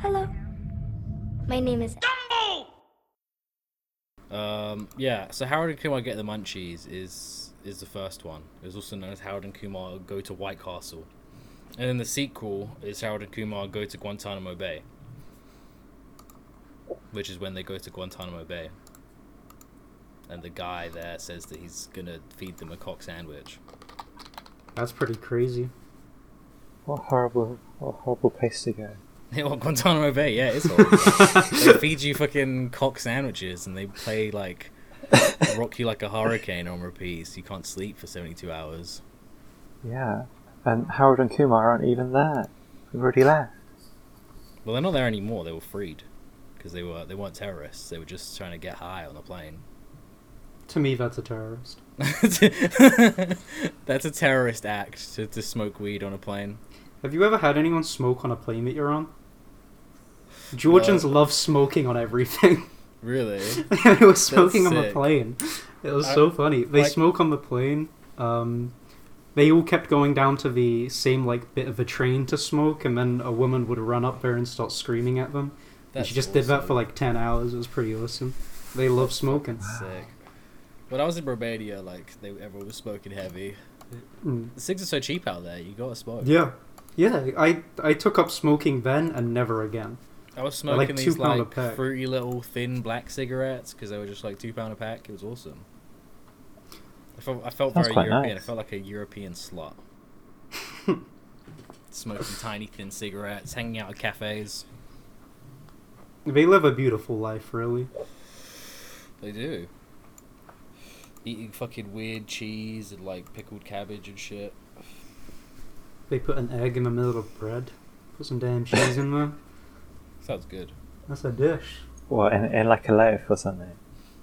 Hello. My name is. Um, yeah, so Harold and Kumar Get the Munchies is is the first one. It was also known as Harold and Kumar Go to White Castle. And then the sequel is Harold and Kumar Go to Guantanamo Bay. Which is when they go to Guantanamo Bay. And the guy there says that he's gonna feed them a cock sandwich. That's pretty crazy. What horrible, what horrible place to go. Yeah, well, Guantanamo Bay, yeah, it's all. they feed you fucking cock sandwiches and they play like Rock You Like a Hurricane on repeat. so You can't sleep for 72 hours. Yeah, and Harold and Kumar aren't even there. They've already left. Well, they're not there anymore. They were freed because they were they weren't terrorists. They were just trying to get high on the plane. To me, that's a terrorist. That's a terrorist act to, to smoke weed on a plane. Have you ever had anyone smoke on a plane that you're on? Georgians love smoking on everything. Really? they were smoking on the sick. plane. It was I- so funny. They like- smoke on the plane. Um, they all kept going down to the same like bit of a train to smoke, and then a woman would run up there and start screaming at them. and she just did that for like ten hours. It was pretty awesome. They love smoking. sick. When I was in Romania, like they everyone was smoking heavy. Mm. The cigs are so cheap out there. You gotta smoke. Yeah, yeah. I I took up smoking then and never again. I was They're, like, smoking two these pound a like pack. fruity little thin black cigarettes because they were just like two pound a pack. It was awesome. I felt, I felt Sounds very quite European. I nice. felt like a European slut. Smoking tiny thin cigarettes, hanging out at cafes. They live a beautiful life, really. They do. Eating fucking weird cheese and like pickled cabbage and shit. They put an egg in the middle of bread. Put some damn cheese in there. Sounds good. That's a dish. Or in, in like a loaf or something.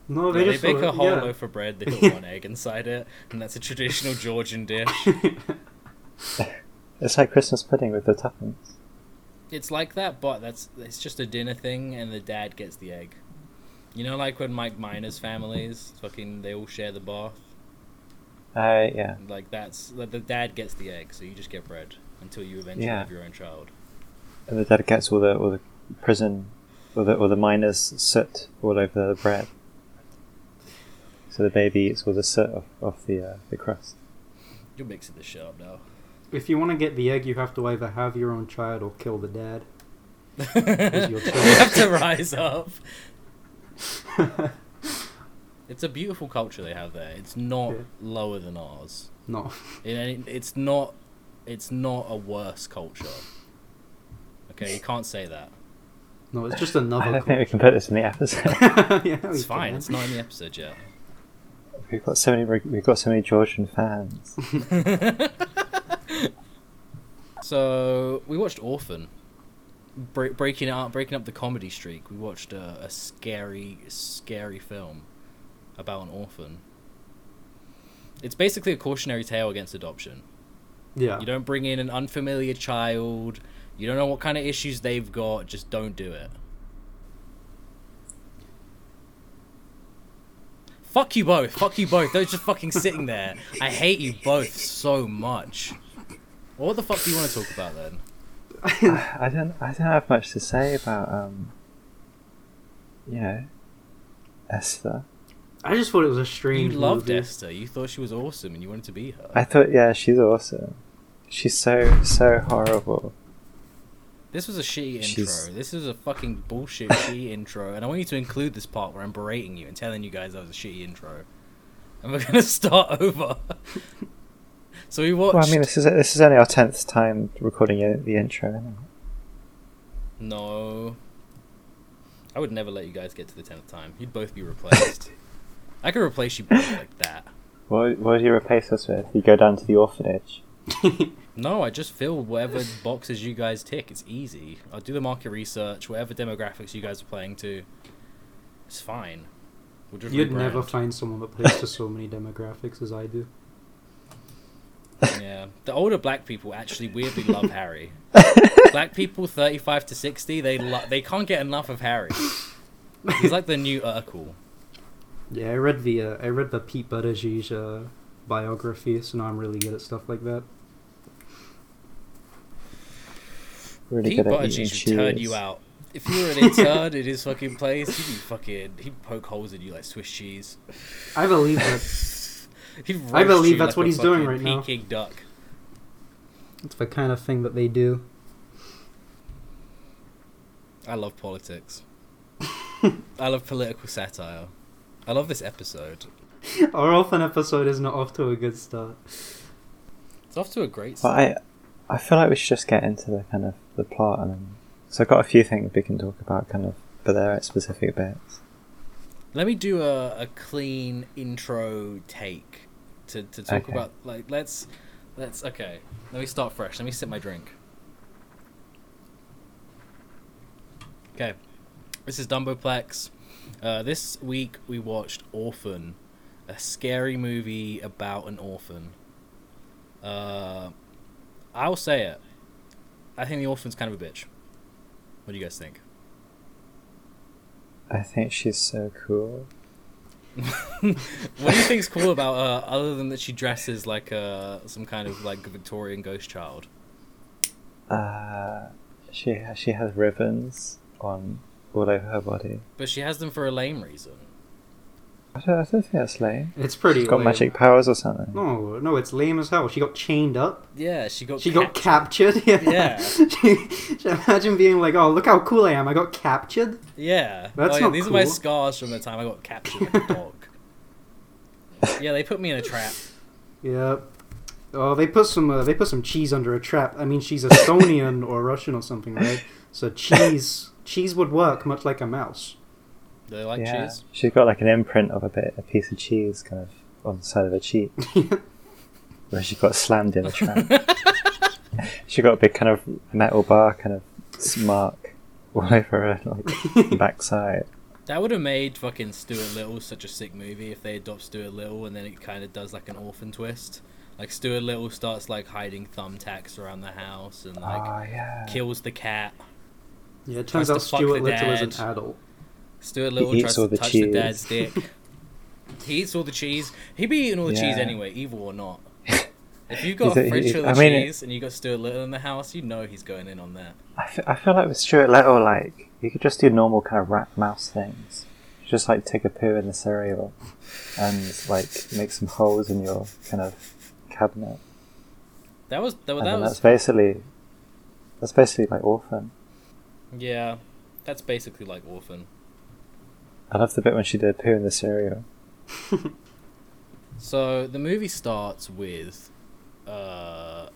No, Yeah, they they just bake sort a of- whole yeah. loaf of bread. They put one egg inside it, and that's a traditional Georgian dish. It's like Christmas pudding with the tuppence. It's like that, but that's it's just a dinner thing, and the dad gets the egg. You know, like when Mike Miner's families fucking they all share the bath. Uh, yeah. Like that's like the dad gets the egg, so you just get bread until you eventually Yeah. have your own child. And the dad gets all the all the prison or the or the miners soot all over the bread. So the baby eats all the soot off, off the uh, the crust. You're mixing this shit up now. If you want to get the egg, you have to either have your own child or kill the dad. you your have to rise up. It's a beautiful culture they have there. It's not Yeah. lower than ours. no. It, ain't- it's not. It's not a worse culture. Okay, you can't say that. No, it's just I another. don't think we can put this in the episode. yeah, we It's fine. can. It's not in the episode yet. we've got so many we've got so many Georgian fans. So we watched Orphan, Bre- breaking up, breaking up the comedy streak. We watched a, a scary, scary film about an orphan. It's basically a cautionary tale against adoption. Yeah. You don't bring in an unfamiliar child. You don't know what kind of issues they've got. Just don't do it. Fuck you both. Fuck you both. Those just fucking sitting there. I hate you both so much. Well, what the fuck do you want to talk about then? I don't I don't have much to say about um you know Esther. I just thought it was a You strange. loved movie. Esther. You thought she was awesome and you wanted to be her. I thought yeah she's awesome. She's so so horrible. This was a shitty intro. She's- This is a fucking bullshit shitty intro, and I want you to include this part where I'm berating you and telling you guys that was a shitty intro. And we're gonna start over. so we watched. Well, I mean this is this is only our tenth time recording i- the intro. Isn't it? No. I would never let you guys get to the tenth time. You'd both be replaced. I could replace you both like that. What, what would you replace us with? You go down to the orphanage. No, I just fill whatever boxes you guys tick. It's easy. I'll do the market research, whatever demographics you guys are playing to. It's fine. We'll just You'd never rebrand. find someone that plays to so many demographics as I do. Yeah, the older black people actually weirdly love Harry. black people, thirty-five to sixty, they lo- they can't get enough of Harry. He's like the new Urkel. Yeah, I read the uh, I read the Pete Buttigieg uh, biography, so now I'm really good at stuff like that. Really Pete good at eating Buttigieg should turn cheese. you out If you were an intern in his fucking place, he'd be fucking. He'd poke holes in you like Swiss cheese. I believe that. He'd I roast believe you that's like what a he's doing fucking right now. Peking duck. It's the kind of thing that they do. I love politics. I love political satire. I love this episode. Our orphan episode is not off to a good start. It's off to a great But start. I, I feel like we should just get into the kind of the plot, and then, so I've got a few things we can talk about, kind of, but they're at specific bits. Let me do a, a clean intro take to, to talk Okay. about like let's let's okay. Let me start fresh. Let me sip my drink. Okay. This is Dumboplex. Uh, this week we watched Orphan, a scary movie about an orphan. Uh, I'll say it. I think the orphan's kind of a bitch. What do you guys think? I think she's so cool. What do you think's cool about her, other than that she dresses like uh, some kind of like Victorian ghost child? Uh, she ha- she has ribbons on all over her body. But she has them for a lame reason. I don't, I don't think that's lame. It's pretty. She's got lame. magic powers or something. Oh, No, no, it's lame as hell. She got chained up. Yeah, she got. She got captured. captured. Yeah. Yeah. she, she- imagine being like, "Oh, look how cool I am! I got captured." yeah. That's oh, yeah, not These are my cool. scars from the time I got captured like a dog. yeah, they put me in a trap. Yep. Oh, they put some uh, they put some cheese under a trap. I mean, she's Estonian or Russian or something, right? So cheese cheese would work much like a mouse. Do they like yeah, cheese? she's got like an imprint of a bit, a piece of cheese, kind of on the side of her cheek, where she got slammed in a trap. she got a big kind of metal bar, kind of s- mark all over her like backside. That would have made fucking Stuart Little such a sick movie if they adopt Stuart Little and then it kind of does like an orphan twist. Like Stuart Little starts like hiding thumbtacks around the house and like Ah, oh yeah. kills the cat. Yeah, it Tries turns to out fuck Stuart the Little is an dad. adult. Stuart Little eats tries all to the touch the cheese. dad's dick. he eats all the cheese. He'd be eating all the cheese Yeah. anyway, evil or not. If you've got He's a- a fridge he- full I of mean, it- cheese and you've got Stuart Little in the house, you know he's going in on that. I, f- I feel like with Stuart Little, like you could just do normal kind of rat mouse things. Just like take a poo in the cereal, and like make some holes in your kind of cabinet. That was that, and that then was that's basically that's basically like orphan. yeah. That's basically like Orphan. I love the bit when she did poo in the cereal. So the movie starts with, uh,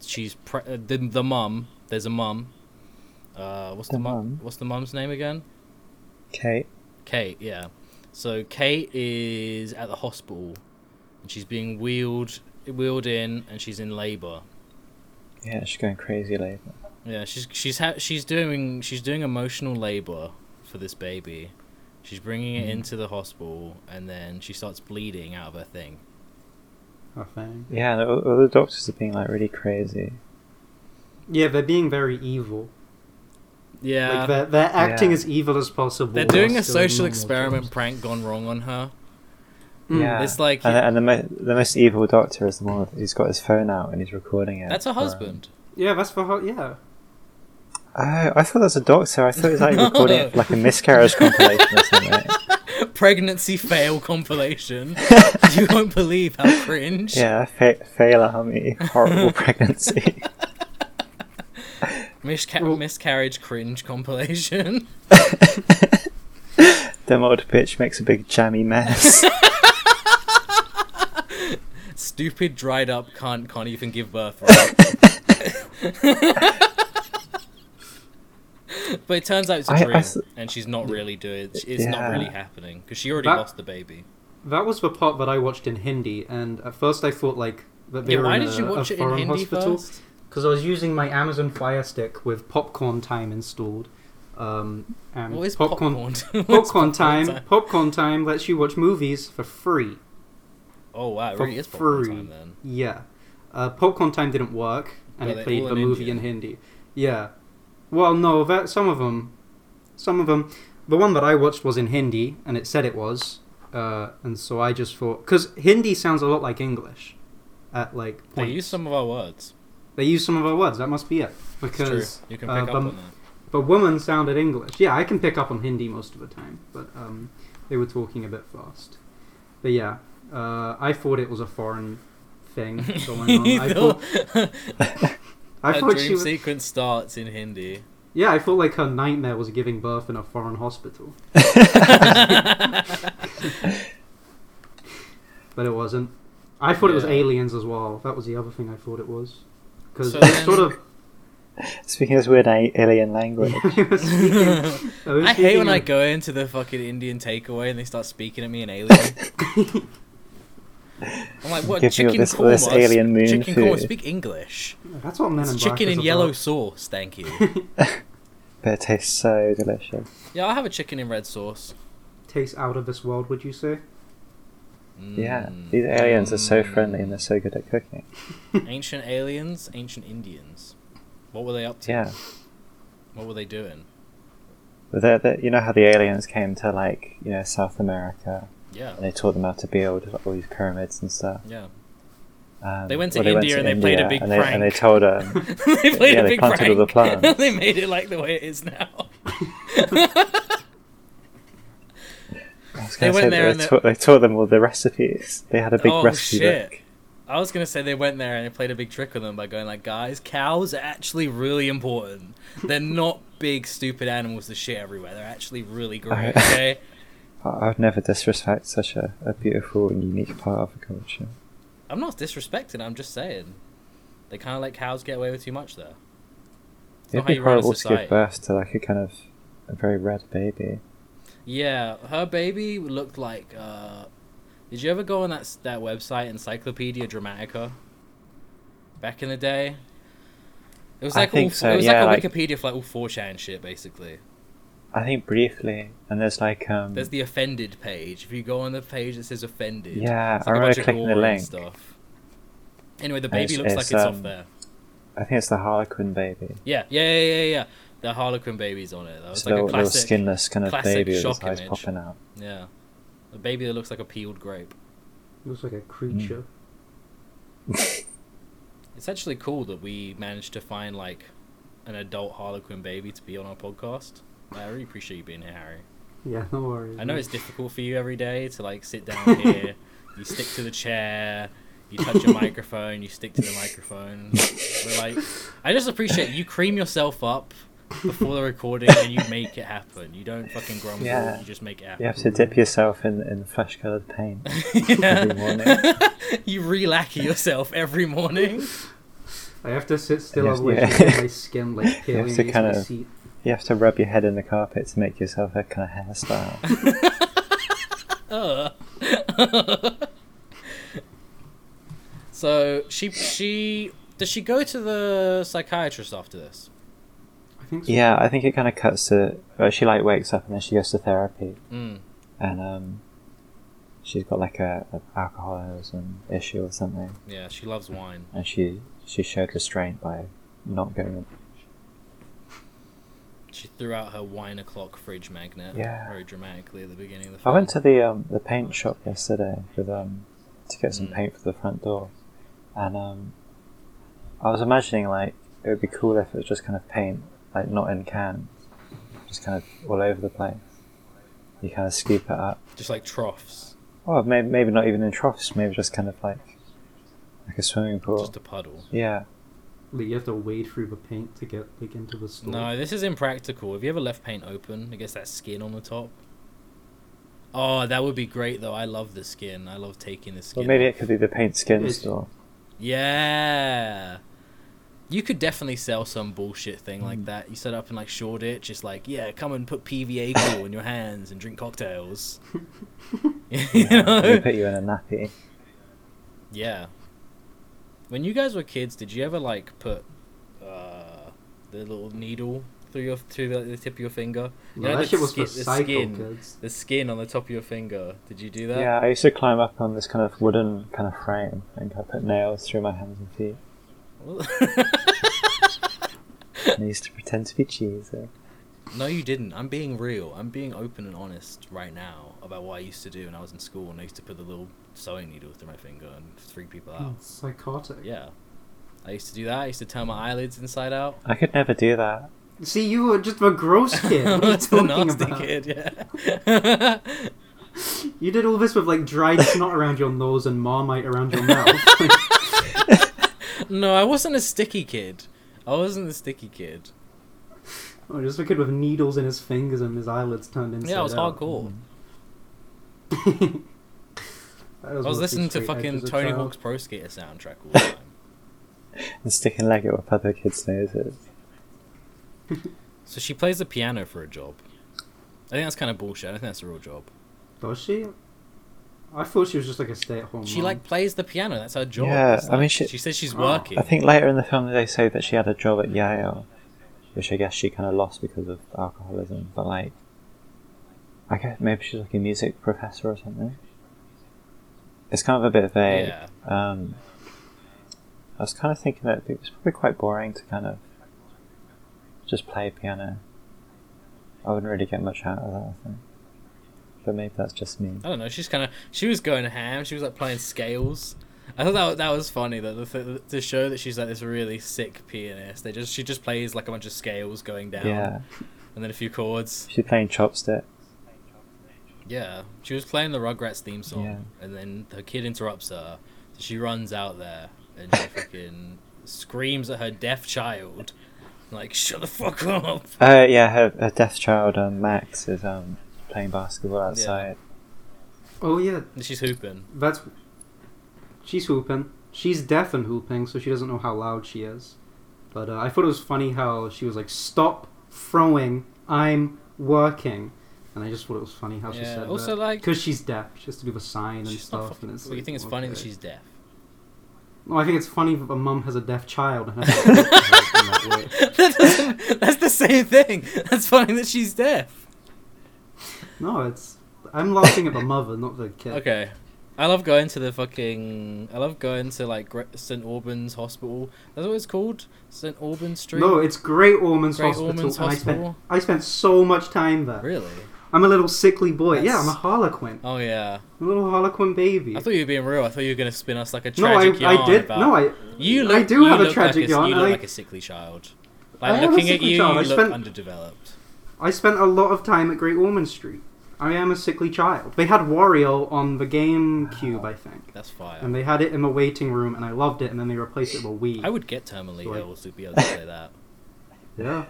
she's pre- uh, the the mum. There's a mum. Uh, what's the, The mum? mum? What's the mum's name again? Kate, Kate, yeah. So Kate is at the hospital, and she's being wheeled wheeled in, and she's in labour. yeah, she's going crazy later. Yeah, she's she's ha- she's doing she's doing emotional labour for this baby. She's bringing it into the hospital, and then she starts bleeding out of her thing. I think. Yeah, and all, all the doctors are being like really crazy. Yeah, they're being very evil. Yeah, like they're, they're acting Yeah. as evil as possible. they're doing while a still social normal experiment jobs. prank gone wrong on her. Mm. Yeah, It's like and, the- and the, mo- the most evil doctor is the one with- who's got his phone out and he's recording it. that's her for, um, husband. Yeah, that's for her. Yeah. Oh, I thought that was a doctor. I thought it was like No. recording it for, like a miscarriage compilation or something. Pregnancy fail compilation. you won't believe how cringe. Yeah, fa- fail army, horrible pregnancy. Misca- Well- miscarriage cringe compilation. Them old bitch makes a big jammy mess. Stupid dried up cunt can't even give birth. right? but it turns out it's a I- I dream, s- and she's not really doing. It's not Yeah. really happening because she already That- lost the baby. That was the part that I watched in Hindi, and at first I thought like that they Yeah, were why in did a, you watch a it in foreign Hindi hospital. first? Because I was using my Amazon Fire Stick with popcorn time installed. Um, and What is popcorn popcorn? popcorn, What's time, Popcorn time lets you watch movies for free. Oh wow, it for really is popcorn free. time then. Yeah. Uh, popcorn time didn't work, and Were they it played all the in movie Indian? in Hindi. Yeah. Well, no, that some of them, some of them. The one that I watched was in Hindi, and it said it was, uh, and so I just thought because Hindi sounds a lot like English, at like They points. use some of our words. They use some of our words. That must be it. It's true. Because You can uh, pick the- up on that. But woman sounded English. Yeah, I can pick up on Hindi most of the time, but um, they were talking a bit fast. But yeah, uh, I thought it was a foreign thing going on. I thought, I a thought dream she was. sequence starts in Hindi. Yeah, I felt like her nightmare was giving birth in a foreign hospital, but it wasn't. I thought it was Yeah. aliens as well. That was the other thing I thought it was, because So it then- sort of. Speaking this weird a- alien language. I was speaking- I was I hate when speaking I of- go into the fucking Indian takeaway and they start speaking at me in alien. I'm like, what? Give you chicken this- korma? this alien moon chicken korma. food. Speak English. That's what Men in It's Black chicken is in about. yellow sauce. Thank you. But it tastes so delicious. yeah, I'll have a chicken in red sauce. Tastes out of this world, would you say? Yeah, Mm. these aliens are so Mm. friendly and they're so good at cooking. Ancient aliens, ancient Indians. What were they up to? Yeah. What were they doing? But they're, they you know how the aliens came to, like, you know, South America Yeah, and they taught them how to build all these pyramids and stuff. yeah. Um, They went to well, India and they played a big and they, And they prank. told them, they played Yeah, a they big planted all the prank. plants. they made it like the way it is now. I was They going to went say, there that and they, they- taught, they taught them all the recipes. They had a big oh recipe shit! book. I was gonna say they went there and they played a big trick on them by going like, guys, cows are actually really important. They're not big stupid animals that shit everywhere. They're actually really great. Alright. Okay. I I would never disrespect such a, a beautiful and unique part of a culture. I'm not disrespecting. I'm just saying they kind of let cows get away with too much there. It's not It'd how be you run a horrible to society. give birth to like a kind of a very red baby. Yeah, her baby looked like. Uh, did you ever go on that s- that website Encyclopedia Dramatica? Back in the day, it was I like all, think so, it was yeah, like like- a Wikipedia for like all four chan shit basically. I think briefly, and there's like um, There's the offended page. If you go on the page that says offended, Yeah, it's I like a remember bunch of clicking the gore and link. stuff. Anyway, the And it's- baby looks like it's, it's off um, there. I think it's the Harlequin baby. Yeah, yeah, yeah, yeah, yeah. The Harlequin baby's on it. That was It's a like little, a little classic. skinless kind of classic baby with his shock eyes image. popping out. Yeah, a baby that looks like a peeled grape. Looks like a creature. Hmm. It's actually cool that we managed to find like an adult Harlequin baby to be on our podcast. Like, I really appreciate you being here, Harry. Yeah, no worries. I know it's difficult for you every day to like sit down here, you stick to the chair, you touch your microphone, you stick to the microphone. But like, I just appreciate you cream yourself up before the recording and you make it happen. You don't fucking grumble, Yeah. you just make it happen. You have to dip yourself in, in flesh-coloured paint. every morning. Yeah. you relaxer yourself every morning. I have to sit still, Yes, otherwise yeah. I get my skin like peeling to against kind my of- seat. You have to rub your head in the carpet to make yourself a kind of hairstyle. So she she does she go to the psychiatrist after this? I think so. yeah, I think it kind of cuts to. Well, she like wakes up and then she goes to therapy, Mm. and um, she's got like a, a alcoholism issue or something. Yeah, she loves wine. and she she showed restraint by not going. She threw out her wine o'clock fridge magnet Yeah. very dramatically at the beginning of the I film. went to the um, the paint shop yesterday with um to get some Mm. paint for the front door, and um I was imagining like it would be cool if it was just kind of paint like not in cans, just kind of all over the place. You kind of scoop it up. just like troughs, Oh, maybe maybe not even in troughs. Maybe just kind of like like a swimming pool. just a puddle. yeah, Like, you have to wade through the paint to get like into the store. No, this is impractical. Have you ever left paint open? It gets that skin on the top. Oh, that would be great though. I love the skin. I love taking the skin. or maybe off. it could be the paint skin It's- store. Yeah. You could definitely sell some bullshit thing Hmm. like that. You set up in like Shoreditch, it's like, yeah, come and put PVA glue in your hands and drink cocktails. you They know? put you in a nappy. Yeah. When you guys were kids, did you ever like put uh, the little needle through your through the, the tip of your finger? You No, know, that the shit was skin- for the psycho skin. kids. The skin on the top of your finger. Did you do that? Yeah, I used to climb up on this kind of wooden kind of frame and kind of put nails through my hands and feet. and I used to pretend to be Jesus. No, you didn't. I'm being real. I'm being open and honest right now about what I used to do when I was in school and I used to put the little sewing needle through my finger and freak people out. It's Hmm, psychotic. Yeah. I used to do that. I used to turn my eyelids inside out. I could never do that. See, you were just a gross kid. What are you It's a talking nasty about? kid, yeah. You did all this with like dried snot around your nose and marmite around your mouth. no, I wasn't a sticky kid. I wasn't a sticky kid. oh, just a kid with needles in his fingers and his eyelids turned inside Yeah, I was out. Hmm. hardcore. hardcore. I was listening to fucking Tony Hawk's Pro Skater soundtrack all the time. and sticking leg it with other kids' noses. so she plays the piano for a job. I think that's kind of bullshit. I don't think that's a real job. Does she? I thought she was just like a stay-at-home. She mom. like plays the piano. That's her job. Yeah, It's I mean, like- she- says she's Oh. working. I think later in the film they say that she had a job at Yale, which I guess she kind of lost because of alcoholism. But like, I guess maybe she's like a music professor or something. It's kind of a bit vague. Yeah. Um, I was kind of thinking that it was probably quite boring to kind of just play piano. I wouldn't really get much out of that, I think. But maybe that's just me. I don't know. She's kind of she was going ham. She was like playing scales. I thought that that was funny that the th- to show that she's like this really sick pianist. They just she just plays like a bunch of scales going down Yeah, and then a few chords. she's playing chopstick. Yeah, she was playing the Rugrats theme song Yeah. and then her kid interrupts her. So she runs out there and she fucking screams at her deaf child, like shut the fuck up. Uh, yeah, her, her deaf child, um, Max, is um, playing basketball outside. Oh yeah, And she's hooping. that's. She's whooping. She's deaf and whooping, so she doesn't know how loud she is. But uh, I thought it was funny how she was like, "Stop throwing. I'm working." And I just thought it was funny how she Yeah, said also, that. like- because she's deaf, she has to do the sign and She's not stuff. fucking. and it's Well, you like, think it's funny that okay. she's deaf. No, I think it's funny that a mum has a deaf child. And has to talk to her in that way. that doesn't, that's the same thing. That's funny that she's deaf. No, it's. I'm laughing at the mother, not the kid. Okay. I love going to the fucking. I love going to like Gre- St Albans Hospital. That's what it's called, St Albans Street. No, it's Great Ormond's Great Hospital. Ormond's and Hospital. I spent I spent so much time there. really? I'm a little sickly boy. Yeah, That's- I'm a harlequin. Oh yeah. I'm a little harlequin baby. I thought you were being real. I thought you were gonna spin us like a no, I, tragic yarn I did. about. No, I. You look, I do you have a look tragic like yarn. You look I- like a sickly child. I Like am a looking at sickly you, child. I you look spent- underdeveloped. I spent a lot of time at Great Ormond Street. I am a sickly child. They had Wario on the GameCube, I think, That's fire. and they had it in the waiting room, and I loved it. And then they replaced it with Wii. I would get terminally Sorry. ill to be able to play that. Yeah.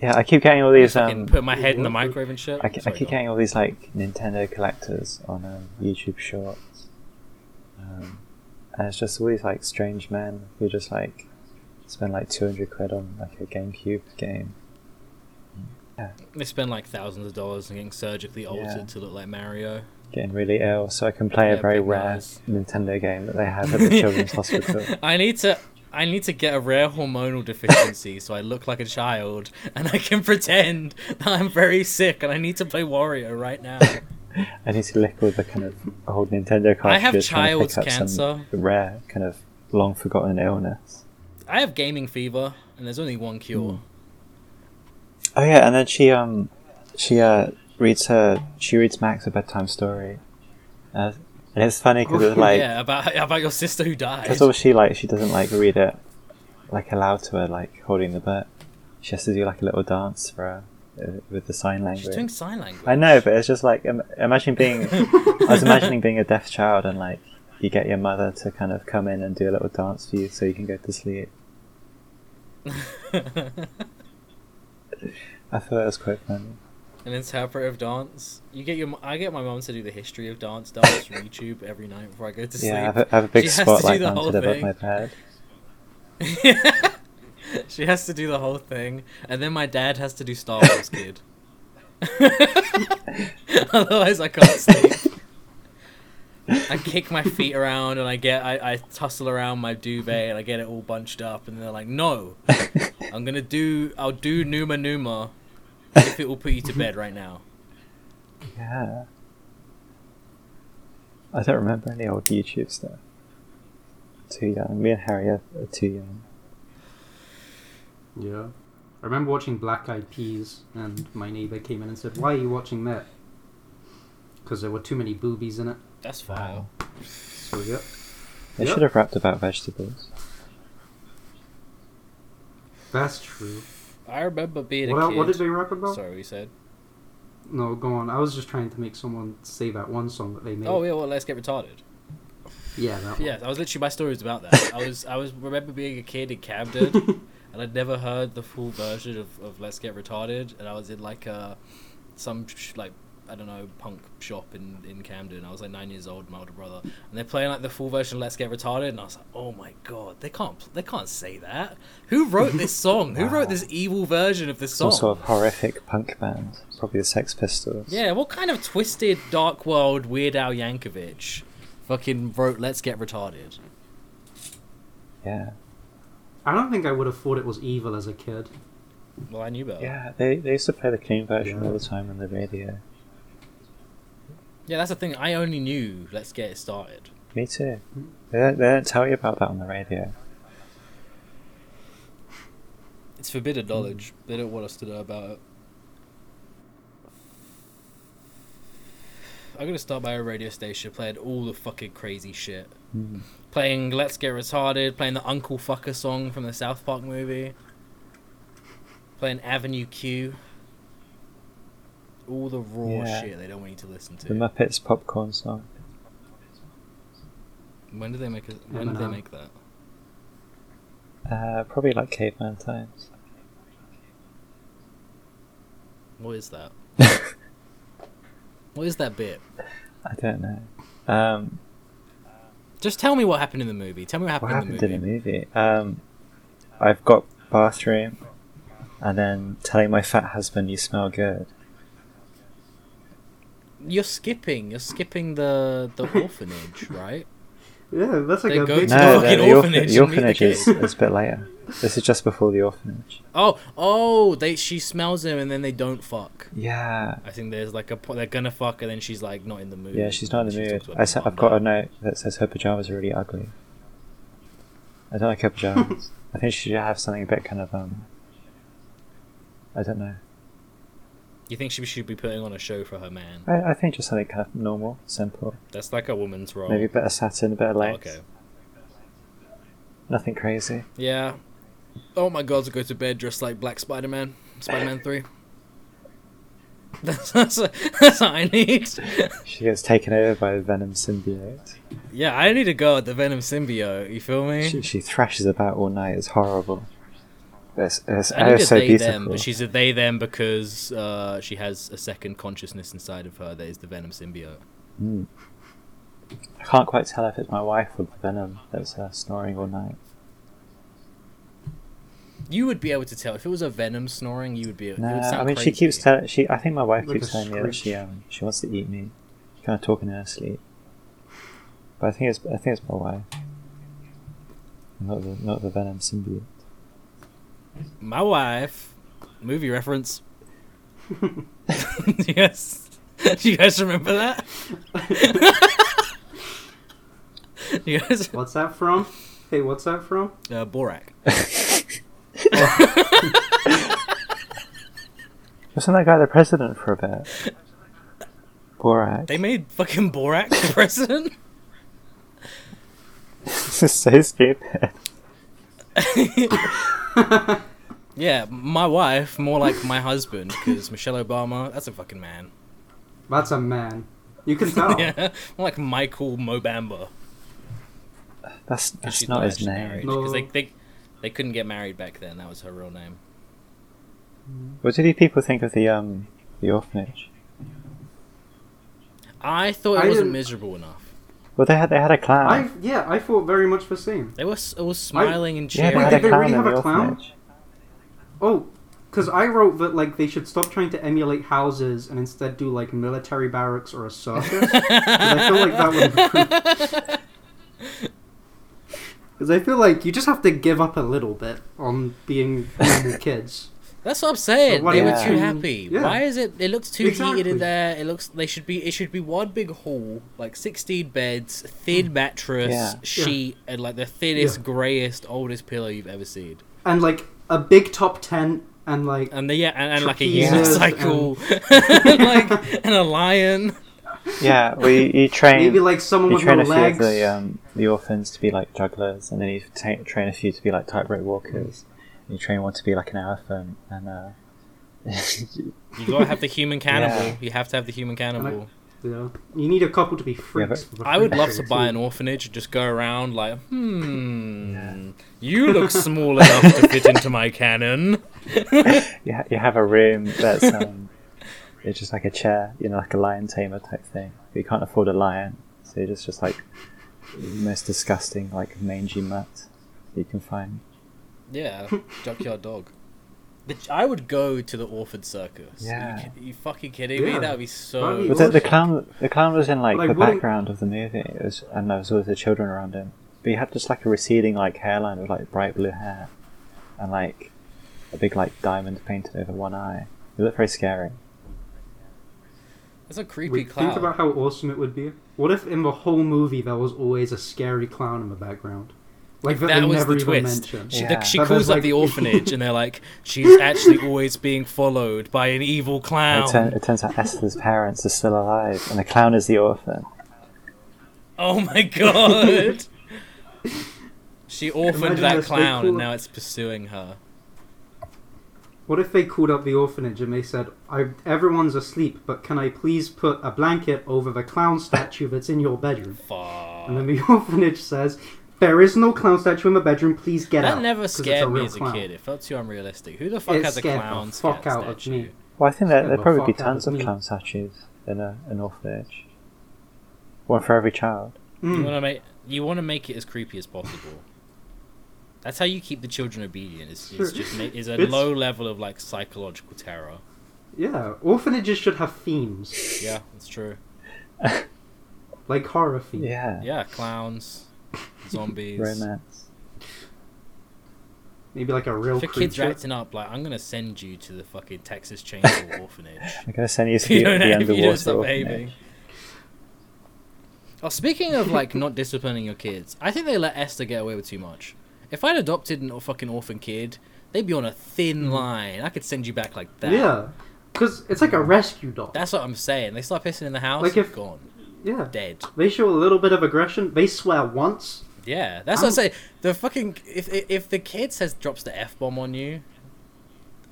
Yeah, I keep getting all these. Fucking Um, put my head in the microwave and shit. I, ke- I Sorry, keep go on. getting all these like Nintendo collectors on um, YouTube Shorts, um, and it's just all these like strange men who just like spend like two hundred quid on like a GameCube game. They spend like thousands of dollars and getting surgically altered Yeah. to look like Mario. getting really ill, so I can play a Yeah, very big rare nose. Nintendo game that they have at the children's hospital. I need to. I need to get a rare hormonal deficiency so I look like a child and I can pretend that I'm very sick and I need to play Wario right now. I need to lick all the kind of old Nintendo cartridges. I have trying to pick child's up some cancer. Rare, kind of long forgotten illness. I have gaming fever and there's only one cure. Oh yeah, and then she um, she uh reads her she reads Max a bedtime story, uh, and it's funny because it's Hmm. like yeah, about about your sister who died. Because all she like, she doesn't like read it like aloud to her, like holding the book. She has to do like a little dance for her uh, with the sign language. She's doing sign language. I know, but it's just like im- imagine being. I was imagining being a deaf child and like you get your mother to kind of come in and do a little dance for you so you can go to sleep. An I thought that was quite funny. interpretive dance. You get your. m- I get my mum to do the history of dance dance from YouTube every night before I go to sleep. yeah, I have a, I have a big She has to do spotlight the whole mounted above thing. my bed. she has to do the whole thing, and then my dad has to do Star Wars Kid. Otherwise, I can't sleep. I kick my feet around and I get I, I tussle around my duvet and I get it all bunched up, and they're like, "No, I'm gonna do I'll do Numa Numa if it will put you to bed right now." yeah. I don't remember any old YouTube stuff. Too young. Me and Harry are, are too young. Yeah. I remember watching Black Eyed Peas, and my neighbor came in and said, "Why are you watching that?" Because there were too many boobies in it. That's fine. So yeah. They Yep. should have rapped about vegetables. That's true. I remember being What, a el- kid. what did they rap about? Sorry, we said. No, go on. I was just trying to make someone say that one song that they made. Oh yeah, well, let's get retarded. yeah, that one. Yes, I was literally my story was about that. I was I was remember being a kid in Camden, and I'd never heard the full version of, of Let's Get Retarded, and I was in like a some sh- like I don't know punk shop in in Camden. I was like nine years old, my older brother, and they're playing like the full version of Let's Get Retarded, and I was like, oh my god, they can't pl- they can't say that. Who wrote this song? Who wrote this evil version of this Some song? sort of horrific punk band, probably the Sex Pistols. Yeah, what kind of twisted dark world Weird Al Yankovic fucking wrote Let's Get Retarded? yeah, I don't think I would have thought it was evil as a kid. Well, I knew better. Yeah, They they used to play the clean version Yeah. all the time on the radio. Yeah, that's the thing. I only knew Let's Get It Started. Me too. They don't, they don't tell you about that on the radio. It's forbidden knowledge. They don't want us to know about it. I'm gonna start my own radio station playing all the fucking crazy shit. Mm. Playing Let's Get Retarded, playing the Uncle Fucker song from the South Park movie, playing Avenue Q. All the raw Yeah. shit they don't want you to listen to. The Muppets popcorn song. when did they make a, when did they M&M. make that? Uh, probably like caveman times. What is that? what is that bit? I don't know. Um, Just tell me what happened in the movie. Tell me what what happened, happened in the in the movie. movie? Um, I've got bathroom, and then telling my fat husband you smell good. You're skipping. You're skipping the the orphanage, right? Yeah, that's like They a go big to the no, No, the, fucking the, orphan- orphanage the and meet the orphanage is, kid. is a bit later. This is just before the orphanage. Oh, oh, they she smells him and then they don't fuck. Yeah, I think there's like a po- they're gonna fuck and then she's like not in the mood. yeah, she's not in the She mood. talks about I her said, mum I've got a dying. note that says her pajamas are really ugly. I don't like her pajamas. I think she should have something a bit kind of um. I don't know. You think she should be putting on a show for her man? I, I think just something kind of normal, simple. That's like a woman's role. Maybe a bit of satin, a bit of lace. Oh, okay. Nothing crazy. Yeah. Oh my god, to go to bed dressed like Black Spider Man, Spider Man Three. That's that's, that's what I need. She gets taken over by the venom symbiote. yeah, I need to go at the Venom symbiote. You feel me? She, she thrashes about all night. It's horrible. It's, it's I oh, need a so they beautiful. them, but she's a they them because uh, she has a second consciousness inside of her that is the Venom symbiote. Mm. I can't quite tell if it's my wife or the venom that's uh, snoring all night. You would be able to tell if it was a Venom snoring. You would be. it would Nah, sound I mean crazy. she keeps telling. She, I think my wife Like keeps a telling me that she screech. um she wants to eat me. She kind of talking in her sleep. But I think it's I think it's my wife. Not the not the venom symbiote. My wife, movie reference. yes. Do you guys remember that? you guys, What's that from? Hey, what's that from? uh, Borak. Wasn't that guy the president for a bit? Borat. They made fucking Borak the president. this is so stupid. yeah, my wife, more like my husband, because Michelle Obama. That's a fucking man. That's a man. You can tell. yeah, more like Michael Mobamba. That's that's She's not, his actually married. name. 'cause they, No. they, they couldn't get married back then. That was her real name. What did you people think of the um the orphanage? I thought it I wasn't didn't- miserable enough. Well, they had they had a clown. I yeah, I thought very much the same. They were s- all smiling and yeah, cheering. they Wait, had did a they clown really in have the a clown? orphanage. Oh, because I wrote that like they should stop trying to emulate houses and instead do like military barracks or a circus. 'Cause I feel like that would. Because I feel like you just have to give up a little bit on being normal kids. That's what I'm saying. So what they were about too you- happy. yeah. Why is it? It looks too heated in Exactly. there. It looks. They should be. It should be one big hall, like 16 beds, thin mattress, Yeah. sheet, and like the thinnest, Yeah. greyest, oldest pillow you've ever seen. And like a big top tent and like And the yeah, and, and like a Trapezes unicycle, like and a lion. Yeah, well, you, you train. maybe like someone you with train no a few legs. of um, the um, the orphans to be like jugglers, and then you ta train a few to be like tightrope walkers, you train one to be like an elephant, and uh, You gotta have the human cannibal. Yeah. You have to have the human cannibal. Yeah. You need a couple to be freaks. for the I would freak love show to too. buy an orphanage and just go around like, hmm, you look small enough to fit into my cannon. you, ha- you have a room that's um, it's just like a chair, you know, like a lion tamer type thing. But you can't afford a lion, so you're just just like the most disgusting, like mangy mutt you can find. Yeah, junkyard dog. The, I would go to the orphan circus. Yeah. You, ki- you fucking kidding me? Yeah. That would be That'd so. be But the, the Awesome. clown, the clown was in like, Like, the what- background of the movie. It was, and there was always the children around him. But he had just like a receding like hairline with like bright blue hair, and like a big like diamond painted over one eye. It looked very scary. That's a creepy Wait, clown. think about how awesome it would be. What if in the whole movie there was always a scary clown in the background, like that, that they was never the even twist. mentioned? She, Yeah. the, she But calls there's up like- the orphanage and they're like, she's actually always being followed by an evil And clown. It, turn, it turns out Esther's parents are still alive, and the clown is the orphan. Oh my god! she orphaned Imagine that this, they clown and call- now it's pursuing her. What if they called up the orphanage and they said, I, "Everyone's asleep, but can I please put a blanket over the clown statue that's in your bedroom?" And Fuck. then the orphanage says, "There is no clown statue in my bedroom. Please get out." That never 'cause it's a scared me real as a clown. kid. It felt too unrealistic. Who the fuck It has a scared the clown fuck scat out of statue? me. Well, I think Scared there there'd the probably be fuck out of tons of me. clown statues in a, an orphanage. One for every child. You Mm. want to make you want to make it as creepy as possible. That's how you keep the children obedient. Is, is Sure. just ma- is a It's- low level of like psychological terror. Yeah, orphanages should have themes, Yeah, that's true. like horror themes. Yeah. Yeah, clowns, zombies. Romance. Maybe like a real If your kids are creature. acting up, like I'm gonna send you to the fucking Texas Chainsaw Orphanage. I'm gonna send you to If you the, don't, the if you don't underwater stop behaving. orphanage. Oh, speaking of like not disciplining your kids, I think they let Esther get away with too much. If I'd adopted an or- fucking orphan kid, they'd be on a thin line. I could send you back like that. Mm-hmm. Yeah, because it's like a rescue dog. That's what I'm saying. They start pissing in the house, Like if- gone, yeah, dead. they show a little bit of aggression. They swear once. Yeah, that's what I'm saying. The fucking if if- if the kid says drops the f bomb on you,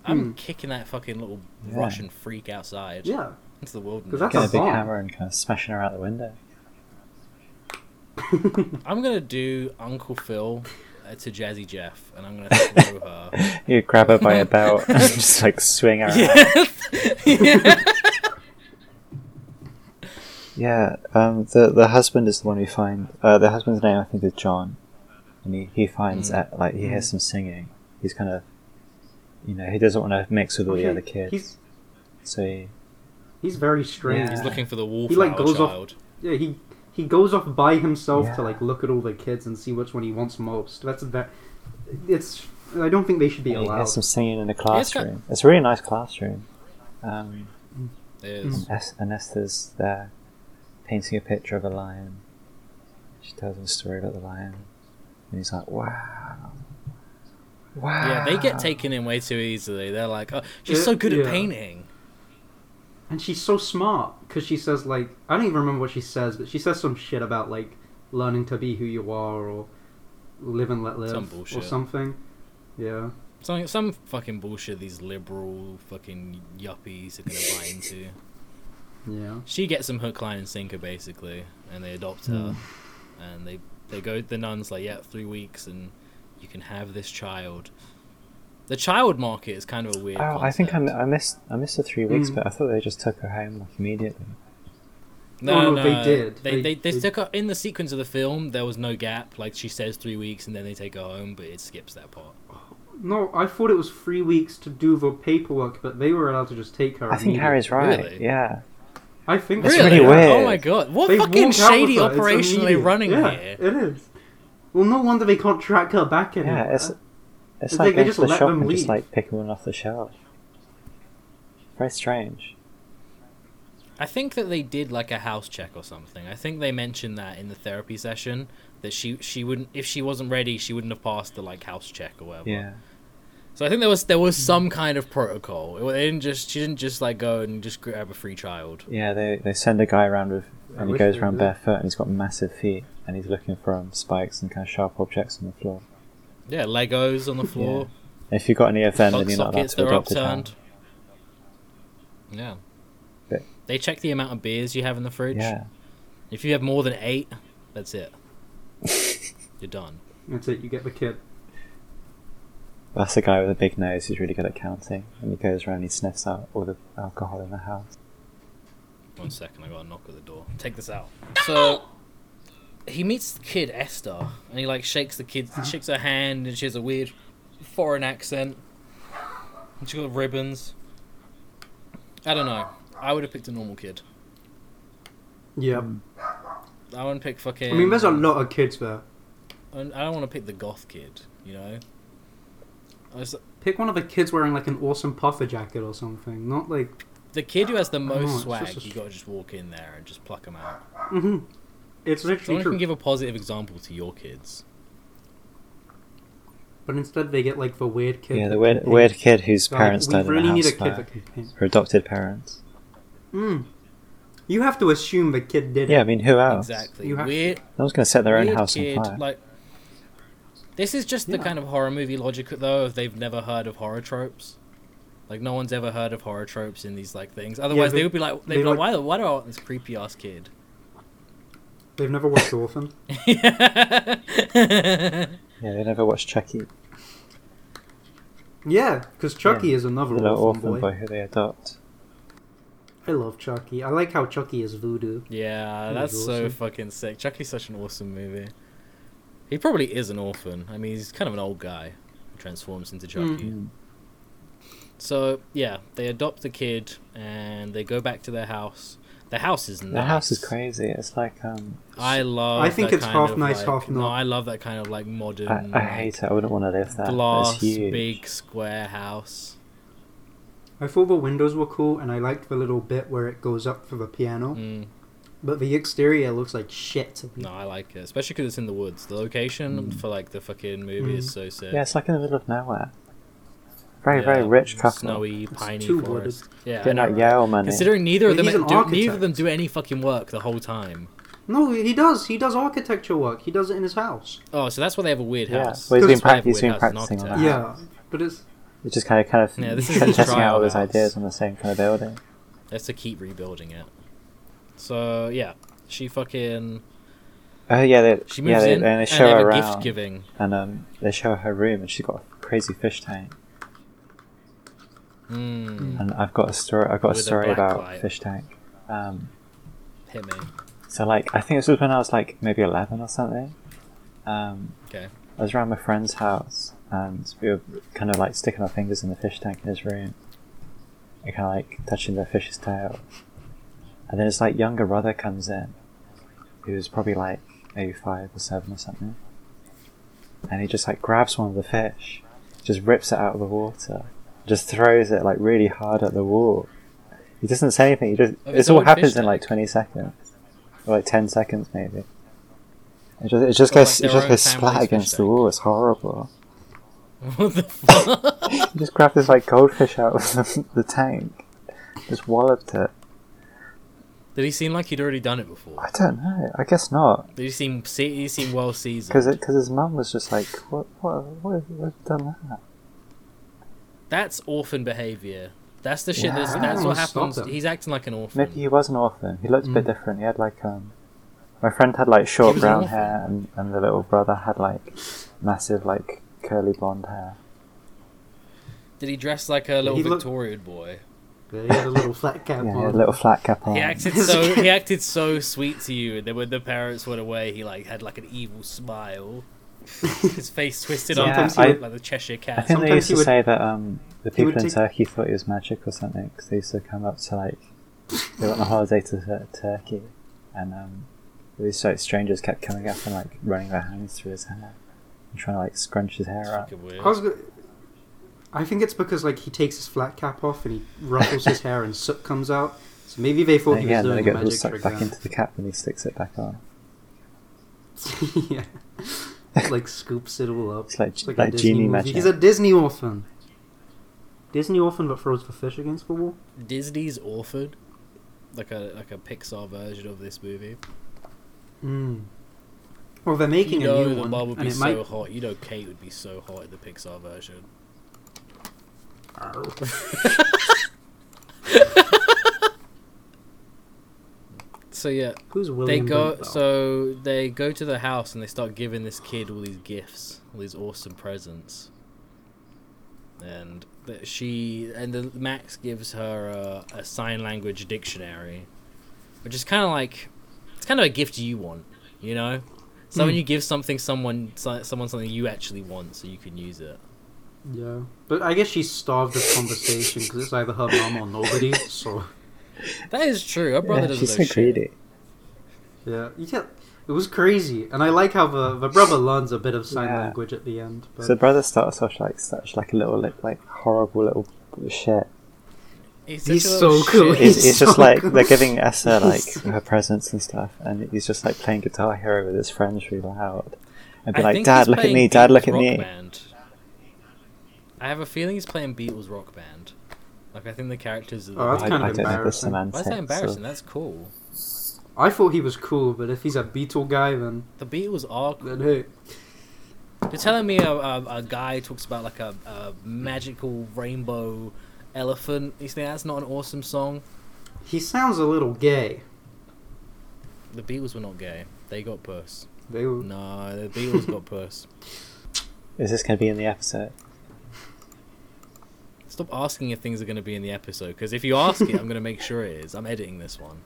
I'm kicking that fucking little Yeah. Russian freak outside Hmm. Yeah, into the wilderness. because that's Get a a big bomb. hammer and kind of smashing her out the window. I'm gonna do Uncle Phil uh, to Jazzy Jeff, and I'm gonna throw her. You grab her by a belt and just like swing her. Yeah. yeah um, the the husband is the one we find. Uh, the husband's name I think is John, and he he finds Mm. uh, like he hears some singing. He's kind of, you know, he doesn't want to mix with all Okay, the other kids. He's So he, he's very strange. Yeah. He's looking for the He, wallflower like, goes off- child. Yeah, he he goes off by himself Yeah. to like look at all the kids and see which one he wants most. That's that. It's. I don't think they should be he allowed. hears some singing in the it's got- classroom. It's a really nice classroom. Um, Is Mm. Es- and Esther's there, painting a picture of a lion. She tells him a story about the lion, and he's like, "Wow, wow." yeah, they get taken in way too easily. They're like, oh, she's Yeah, so good at yeah. painting. And she's so smart because she says like I don't even remember what she says, but she says some shit about like learning to be who you are or live and let live Some bullshit. or something. Yeah. Some some fucking bullshit these liberal fucking yuppies are gonna buy into. Yeah. She gets them hook, line, and sinker basically, and they adopt her, Hmm. and they they go. The nun's like, yeah, three weeks, and you can have this child. The child market is kind of a weird. Oh, I think I, concept. mi- I missed I missed the three weeks, Mm. but I thought they just took her home like immediately. No, Oh, no, no, they did. They they, They- they, they- took her in the sequence of the film. There was no gap. Like she says, three weeks, and then they take her home, but it skips that part. No, I thought it was three weeks to do the paperwork, but they were allowed to just take her. I think immediately. Harry's right. Really? Yeah, I think It's so, really yeah. weird. Oh my god! What They fucking walk out with shady her, it's operation are they immediate. running yeah, here? It is. Well, no wonder they can't track her back anymore. yeah. It's it's It's like like they going just to the let shop them and just leave. like picking one off the shelf. Very strange. I think that they did like a house check or something. I think they mentioned that in the therapy session that she she wouldn't if she wasn't ready, she wouldn't have passed the like house check or whatever. Yeah. So I think there was there was some kind of protocol. It, they didn't just she didn't just like go and just grab a free child. Yeah, they, they send a guy around with, I and he wish goes they around did. barefoot, and he's got massive feet, and he's looking for um, spikes and kind of sharp objects on the floor. Yeah, Legos on the floor. If you've got any of them, Plug then you're not allowed sockets to that are adopt a child. upturned. Yeah. Bit. They check the amount of beers you have in the fridge. Yeah, If you have more than eight, that's it. You're done. That's it. You get the kid. that's a guy with a big nose who's really good at counting, and he goes around and he sniffs out all the alcohol in the house. One second, I got a knock at the door. Take this out. So he meets the kid Esther, and he like shakes the kid, shakes her hand, and she has a weird foreign accent. And she got ribbons. I don't know. I would have picked a normal kid. Yeah. I wouldn't pick fucking. I mean, there's a lot of kids there. I don't- I don't want to pick the goth kid. You know. I was- Pick one of the kids wearing like an awesome puffer jacket or something. Not like. the kid who has the know, most it's swag, just a- you gotta just walk in there and just pluck him out. hmm It's literally Someone who true. can give a positive example to your kids. But instead, they get like the weird kid. yeah, that the weird, can weird paint. kid whose They're parents like, died we really in a need house a kid fire, that can paint. or adopted parents. Mm. You have to assume the kid did Yeah, I it. mean, who else? Exactly. You have- Weird, No one's going to set their own weird house kid, on fire. like this is just the Yeah. kind of horror movie logic though if they've never heard of horror tropes like no one's ever heard of horror tropes in these like things otherwise they- they, would be like they'd they be like like- why the why do i want this creepy ass kid They've never watched Orphan. Yeah, they never watched Chucky, Yeah, because Chucky Yeah. is another the orphan, little orphan boy. boy. who they adopt. I love Chucky. I like how Chucky is voodoo. yeah That that's was so awesome. fucking sick chucky's such an awesome movie he probably is an orphan i mean he's kind of an old guy who transforms into chucky Mm. so yeah they adopt the kid and they go back to their house their house is nice. The house is crazy. It's like um, I love. I think that it's kind half of, nice, like- half No, not. I love that kind of like modern. I, I hate it. I wouldn't want to live there. like, but glass, it's huge. big square house. I thought the windows were cool, and I liked the little bit where it goes up for the piano. Mm, But the exterior looks like shit to me. no, I like it, especially because it's in the woods. The location Mm. for like the fucking movie Mm. is so sick. Yeah, it's like in the middle of nowhere. Very, Yeah, very rich couple. snowy, piney too forest. Yeah, I Getting out know, right? Yale money. Considering neither of But them he's an do, neither of architect. them do any fucking work the whole time. No, he does. He does architecture work. He does it in his house. Oh, so that's why they have a weird Yeah, house. well, he's That's been why they have a prac- he's weird been house as an practicing on architect. that. Yeah, but it's It's just kind of, kind of Yeah, this is t- his testing out trial all his house. ideas on the same kind of building. They have to keep rebuilding it. So yeah, she fucking Oh yeah, they, she yeah, moves they, in and they and show they have her a gift around, giving. and um, they show her her room, and she's got a crazy fish tank. Mm, And I've got a story. I've got With a a story black about light. fish tank. Um, hit me. so like, I think this was when I was like maybe eleven or something. Um, Okay. I was around my friend's house, and we were kind of like sticking our fingers in the fish tank in his room, and kind of like touching the fish's tail. And then his like younger brother comes in, he was probably like maybe five or seven or something, and he just like grabs one of the fish, just rips it out of the water, just throws it like really hard at the wall. He doesn't say anything. He just Of his this all own happens fish in like tank? twenty seconds, or like ten seconds maybe. It just, it just Or, like, goes, their it just own goes family's splat fish against the tank. wall. It's horrible. What the fuck? He just grabbed this like goldfish out of the, the tank, just walloped it. Did he seem like he'd already done it before? I don't know. I guess not, Did he seem se- he seemed well seasoned? because because his mum was just like, what what what have you done that? that's orphan behavior. That's the shit. Yeah. That's, I that's don't what wanna stop happens. them. He's acting like an orphan. Maybe he was an orphan. He looked a bit Mm. different. He had like um, my friend had like short was an brown orphan. hair, and, and the little brother had like massive like curly blonde hair. Did he dress like a little He looked- Victorian boy? he had a little flat cap Yeah, he had on. a little flat cap on. He acted This so kid- he acted so sweet to you, and then when the parents went away, he like had like an evil smile. His face twisted up Sometimes like- he like, would- the Cheshire I cat. think they Sometimes used he to would- say that um, the people would in take- Turkey thought it was magic or something because they used to come up to like they went on holiday to Tur- Turkey, and um, these like strangers kept coming up and like running their hands through his hair and trying to like scrunch his hair It's up. fucking weird. I was. go- I think it's because like he takes his flat cap off and he ruffles his hair and soot comes out. So maybe they thought And he was again, then doing it a gets all magic trick. sucked back there. into the cap when he sticks it back on. yeah, like scoops it all up. It's like, It's like, like, a Disney genie movie. magic. He's a Disney orphan. Disney orphan that throws the fish against the wall. Disney's orphan, like a like a Pixar version of this movie. Mm. Well, they're making you know a new the one, mum would and be it so might. hot. You know Kate would be so hot in the Pixar version. So yeah, Who's they William? go. Bent, though? So they go to the house and they start giving this kid all these gifts, all these awesome presents. And that she and the, Max gives her a, a sign language dictionary, which is kind of like it's kind of a gift you want, you know. So when Hmm. you give something someone so- someone something you actually want, so you can use it. Yeah, but I guess she's starved of conversation because it's either her mum or nobody. So That is true. Her brother Yeah, doesn't. she's know so shit. greedy. yeah, yeah, it was crazy, and I like how the, the brother learns a bit of sign Yeah. language at the end. But So brother starts off like such like a little like, like horrible little shit. He's, He's such a little so cool. shit. It's, He's it's just so like good. they're giving Essa like He's- her presents and stuff, and he's just like playing Guitar Hero with his friends really loud, and be I like, think "Dad, he's look at playing me! Dad, look Beatles at Rock me!" Band. I have a feeling he's playing Beatles Rock Band. Like I think the characters. Are Oh, that's I, kind of I don't know the embarrassing. Why semantics. Why is that of- embarrassing? That's cool. I thought he was cool, but if he's a Beatle guy, then The Beatles are. cool. then hey, You're telling me a, a, a guy talks about like a, a magical rainbow elephant. You think that's not an awesome song? he sounds a little gay. The Beatles were not gay. They got puss. They were. No, the Beatles got puss. Is this going to be in the episode? Stop asking if things are going to be in the episode because if you ask it, I'm going to make sure it is. I'm editing this one.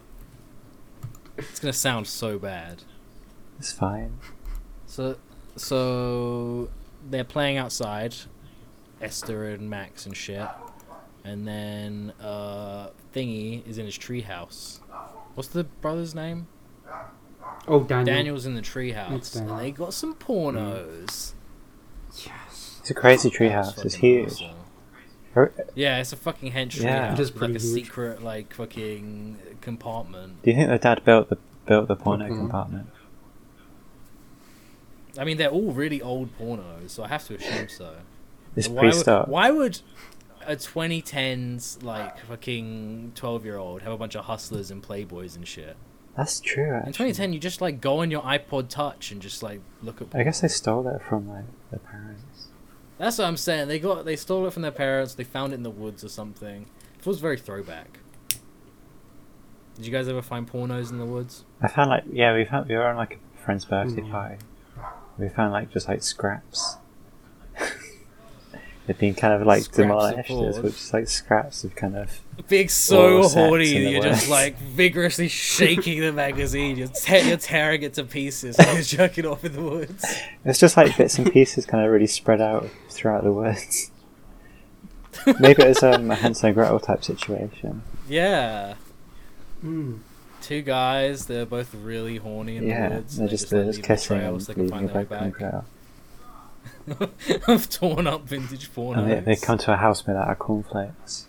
It's going to sound so bad. It's fine. So, so they're playing outside, Esther and Max and shit, and then uh, Thingy is in his treehouse. What's the brother's name? Oh, Daniel. Daniel's in the It's treehouse, Daniel. and they got some pornos. Yes. It's a crazy That's Mm. treehouse. It's fucking huge. awesome. Her- Yeah, it's a fucking hench Yeah. treehouse. It is like pretty a huge. secret, like fucking compartment. Do you think the dad built the built the porno Mhm. compartment? I mean, they're all really old pornos, so I have to assume so. This why, priest would, up. why would a 2010s like fucking 12 year old have a bunch of hustlers and playboys and shit That's true. in Actually. 2010 you just like go on your ipod touch and just like look at I guess they stole that from like the parents. that's what i'm saying they got they stole it from their parents they found it in the woods or something it feels very throwback did you guys ever find pornos in the woods I found like yeah, we found we were on like a friend's birthday Hmm. Mhm. party. We found like just like scraps. They've been kind of like Scraps of demolished, boards. which is like scraps of kind of being so Oral sex horny in that the you're just woods. like vigorously shaking the magazine you're, te- you're tearing it to pieces and you're jerking off in the woods It's just like bits and pieces kind of really spread out throughout the woods. Maybe it was um, a Hansel and Gretel type situation. yeah Mm. two guys. They're both really horny in the yeah, woods. they're and just, like, they're just leave the kissing and trails so they can leaving a find their way broken and back. girl. I've torn up vintage porn. And they, Oh, they come to a house made out of cornflakes.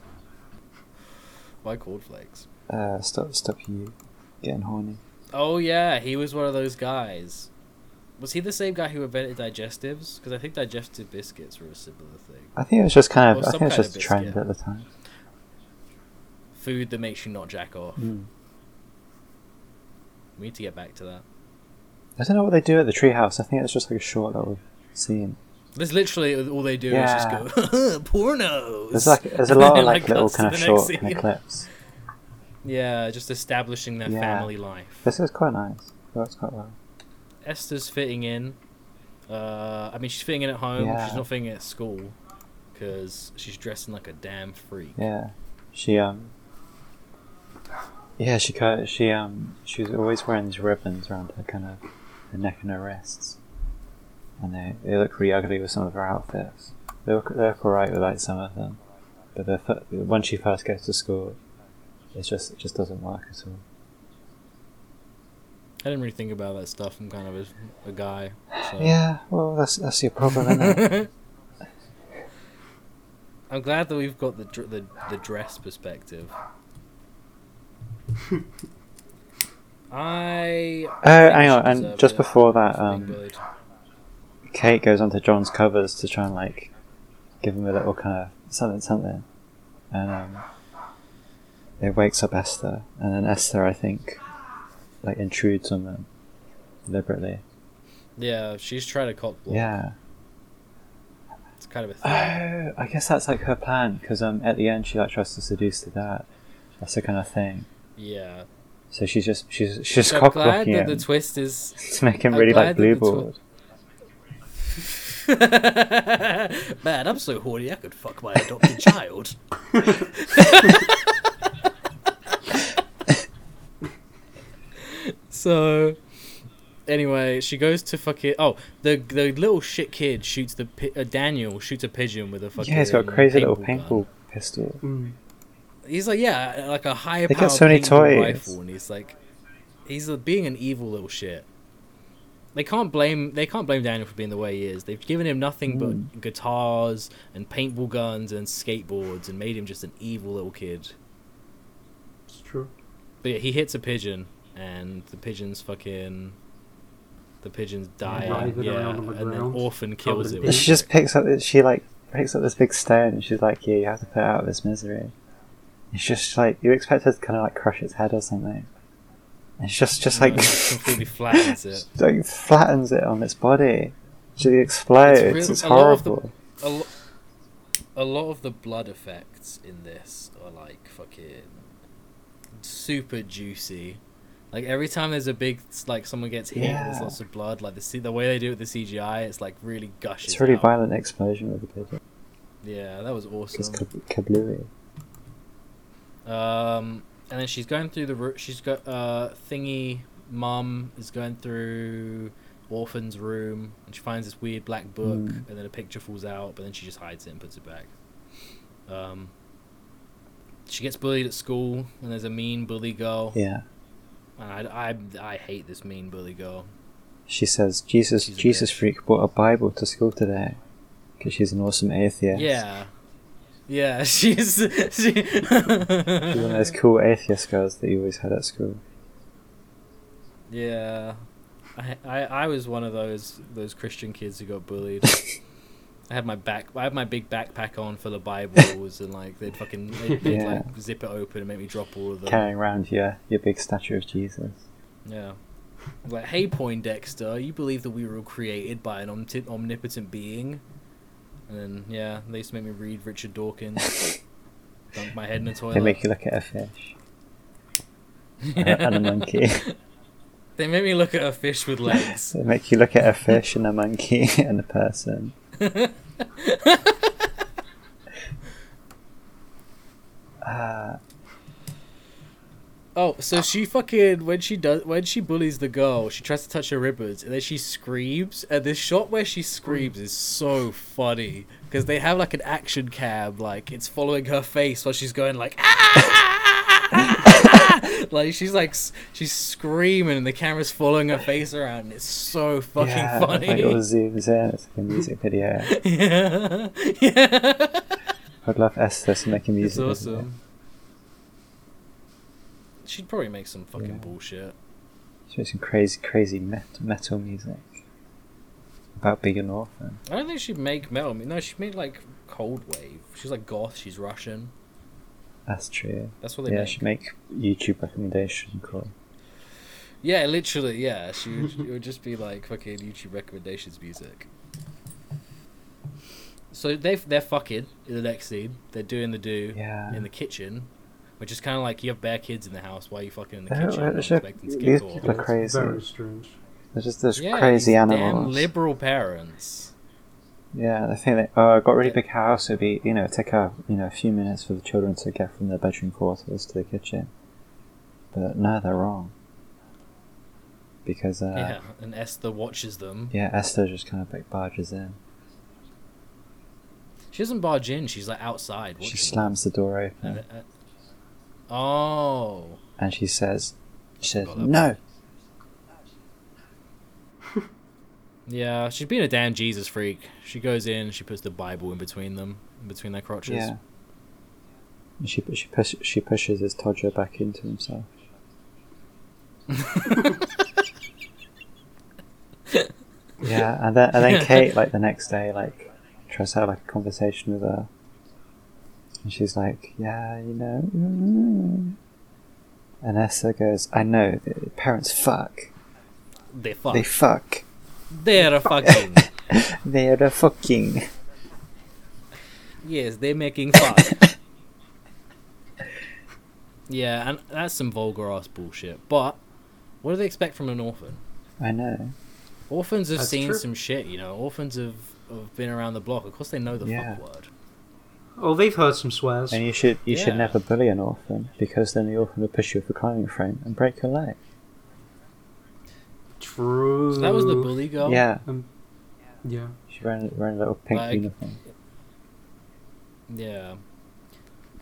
by cornflakes. Uh, stop, stop you getting horny. Oh yeah, he was one of those guys. Was he the same guy who invented digestives? Because I think digestive biscuits were a similar thing. I think it was just kind of, Well, I some think it was kind of just a trend biscuit. at the time. Food that makes you not jack off. Mm. We need to get back to that. I don't know what they do at the treehouse. I think it's just like a short little scene. That's literally all they do Yeah. is just go pornos. There's like, there's a lot of And, like little cuts to kind the of next short kind scene. of clips. Yeah, just establishing their Yeah. family life. This is quite nice. It works quite well. Esther's fitting in. Uh, I mean, she's fitting in at home. Yeah. She's not fitting in at school because she's dressing like a damn freak. Yeah, she um. Yeah, she cut. She um. She was always wearing these ribbons around her kind of her neck and her wrists, and they they look really ugly with some of her outfits. They look they look alright with like some of them, but the fir- when she first goes to school, it's just it just doesn't work at all. I didn't really think about that stuff. I'm kind of a, a guy. So. Yeah, well that's that's your problem, isn't it? I'm glad that we've got the dr- the, the dress perspective. I. Oh, hang on, think she and just deserved it before that, for being um, bullied. Kate goes onto John's covers to try and like give him a little kind of something something, and um, it wakes up Esther, and then Esther I think like intrudes on them deliberately. Yeah, she's trying to cock block. Yeah, It's kind of a Oh, thing. I guess that's like her plan because um, at the end she like tries to seduce the dad. That's the kind of thing. Yeah. So she's just she's she's just So I'm cock glad blocking that him the twist is. to make him I'm really like glad that the blue twi- balled. Man, I'm so horny I could fuck my adopted child. so, anyway, she goes to fucking. Oh, the the little shit kid shoots the pi- uh, Daniel shoots a pigeon with a fucking. Yeah, he's got a crazy little gun. paintball pistol. Mm. He's like, yeah, like a higher They powered got so many paintball toys. rifle, and he's like, he's uh, being an evil little shit. They can't blame they can't blame Daniel for being the way he is. They've given him nothing Hmm. but guitars and paintball guns and skateboards and made him just an evil little kid. It's true. But yeah, he hits a pigeon, and the pigeon's fucking. The pigeon's dying, writhing yeah, around on and the then ground, Orphan kills covered it. in And with pigeons. she just picks up she like picks up this big stone and she's like, yeah, you have to put it out of this misery. It's just like you expect her to kind of like crush its head or something. And she just just No, like it completely flattens it. just, like flattens it on its body. She explodes. It's It's, real- a lot of the- horrible. a, lo- a lot of the blood effects in this are like fucking super juicy. Like every time there's a big like someone gets hit, and there's Yeah. lots of blood. Like the C- the way they do it with the CGI, it's like really gushes. It's a really out. violent explosion with the paper. Yeah, that was It's awesome. kab- kablooey. Um, and then she's going through the room. She's got uh thingy. Mum is going through orphan's room, and she finds this weird black book, Mm. and then a picture falls out, but then she just hides it and puts it back. Um, she gets bullied at school, and there's a mean bully girl. Yeah. And I, I, I hate this mean bully girl. She says, Jesus, She's a Jesus bitch. freak brought a Bible to school today. Because she's an awesome atheist. Yeah. Yeah, she's she. She's one of those cool atheist girls that you always had at school. Yeah, I, I I was one of those those Christian kids who got bullied. I had my back, I had my big backpack on full of Bibles, and like they'd fucking they'd, they'd Yeah. like zip it open and make me drop all of them. Carrying around your, your big statue of Jesus. Yeah, like hey Poindexter, you believe that we were all created by an omti- omnipotent being? And then yeah, they used to make me read Richard Dawkins. Dunk my head in a toilet. They make you look at a fish. and a- and a monkey. They made me look at a fish with legs. They make you look at a fish and a monkey and a person. Uh, Oh, so she fucking when she does when she bullies the girl, she tries to touch her ribbons, and then she screams. And this shot where she screams is so funny because they have like an action cam, like it's following her face while she's going like, "Ah!" like she's like s- she's screaming, and the camera's following her face around. And it's so fucking yeah, funny. Like it all zooms in. It's like a music video. yeah, yeah. I'd love Esther to make a music It's video. awesome. She'd probably make some fucking Yeah. bullshit. She makes some crazy, crazy met- metal music about being an orphan. I don't think she'd make metal. mu- No, she'd make like cold wave. She's like goth. She's Russian. That's true. That's what they yeah, make. she make YouTube recommendation call. Yeah, literally. Yeah, she would, it would just be like fucking YouTube recommendations music. So they they're fucking in the next scene. They're doing the do Yeah. in the kitchen, which is kind of like you have bare kids in the house. Why are you fucking in the They're- kitchen? they're Not just- expecting to these get people caught. Look are That's crazy. Very strange. There's just those Yeah, crazy these Damn animals. liberal parents. yeah, they think that oh, I've got a really big house. It'd be you know take a you know a few minutes for the children to get from their bedroom quarters to the kitchen. But no, they're wrong. Because uh, Yeah, and Esther watches them. yeah, Esther just kind of like barges in. She doesn't barge in. She's like outside. She watching slams the door open. them. And- and- oh. and she says, she says, Got up. no. Yeah, she's being a damn Jesus freak. She goes in, she puts the Bible in between them, in between their crotches. Yeah. And she she push, she pushes his Todger back into himself. yeah, and then and then Kate like the next day like tries to have like a conversation with her, and she's like, yeah, you know, mm." and Esther goes, I know, the parents fuck, They fuck. they fuck, They are fucking. they are the fucking. Yes, they're making fuck. yeah, and that's some vulgar ass bullshit. But what do they expect from an orphan? I know. Orphans have That's seen true. some shit, you know. Orphans have, have been around the block. Of course, they know the Yeah. fuck word. Oh, they've heard some swears. And you should you Yeah. should never bully an orphan because then the orphan will push you off a climbing frame and break your leg. True. So that was the bully girl. Yeah, Yeah. she ran ran a little pink Like- uniform. Yeah.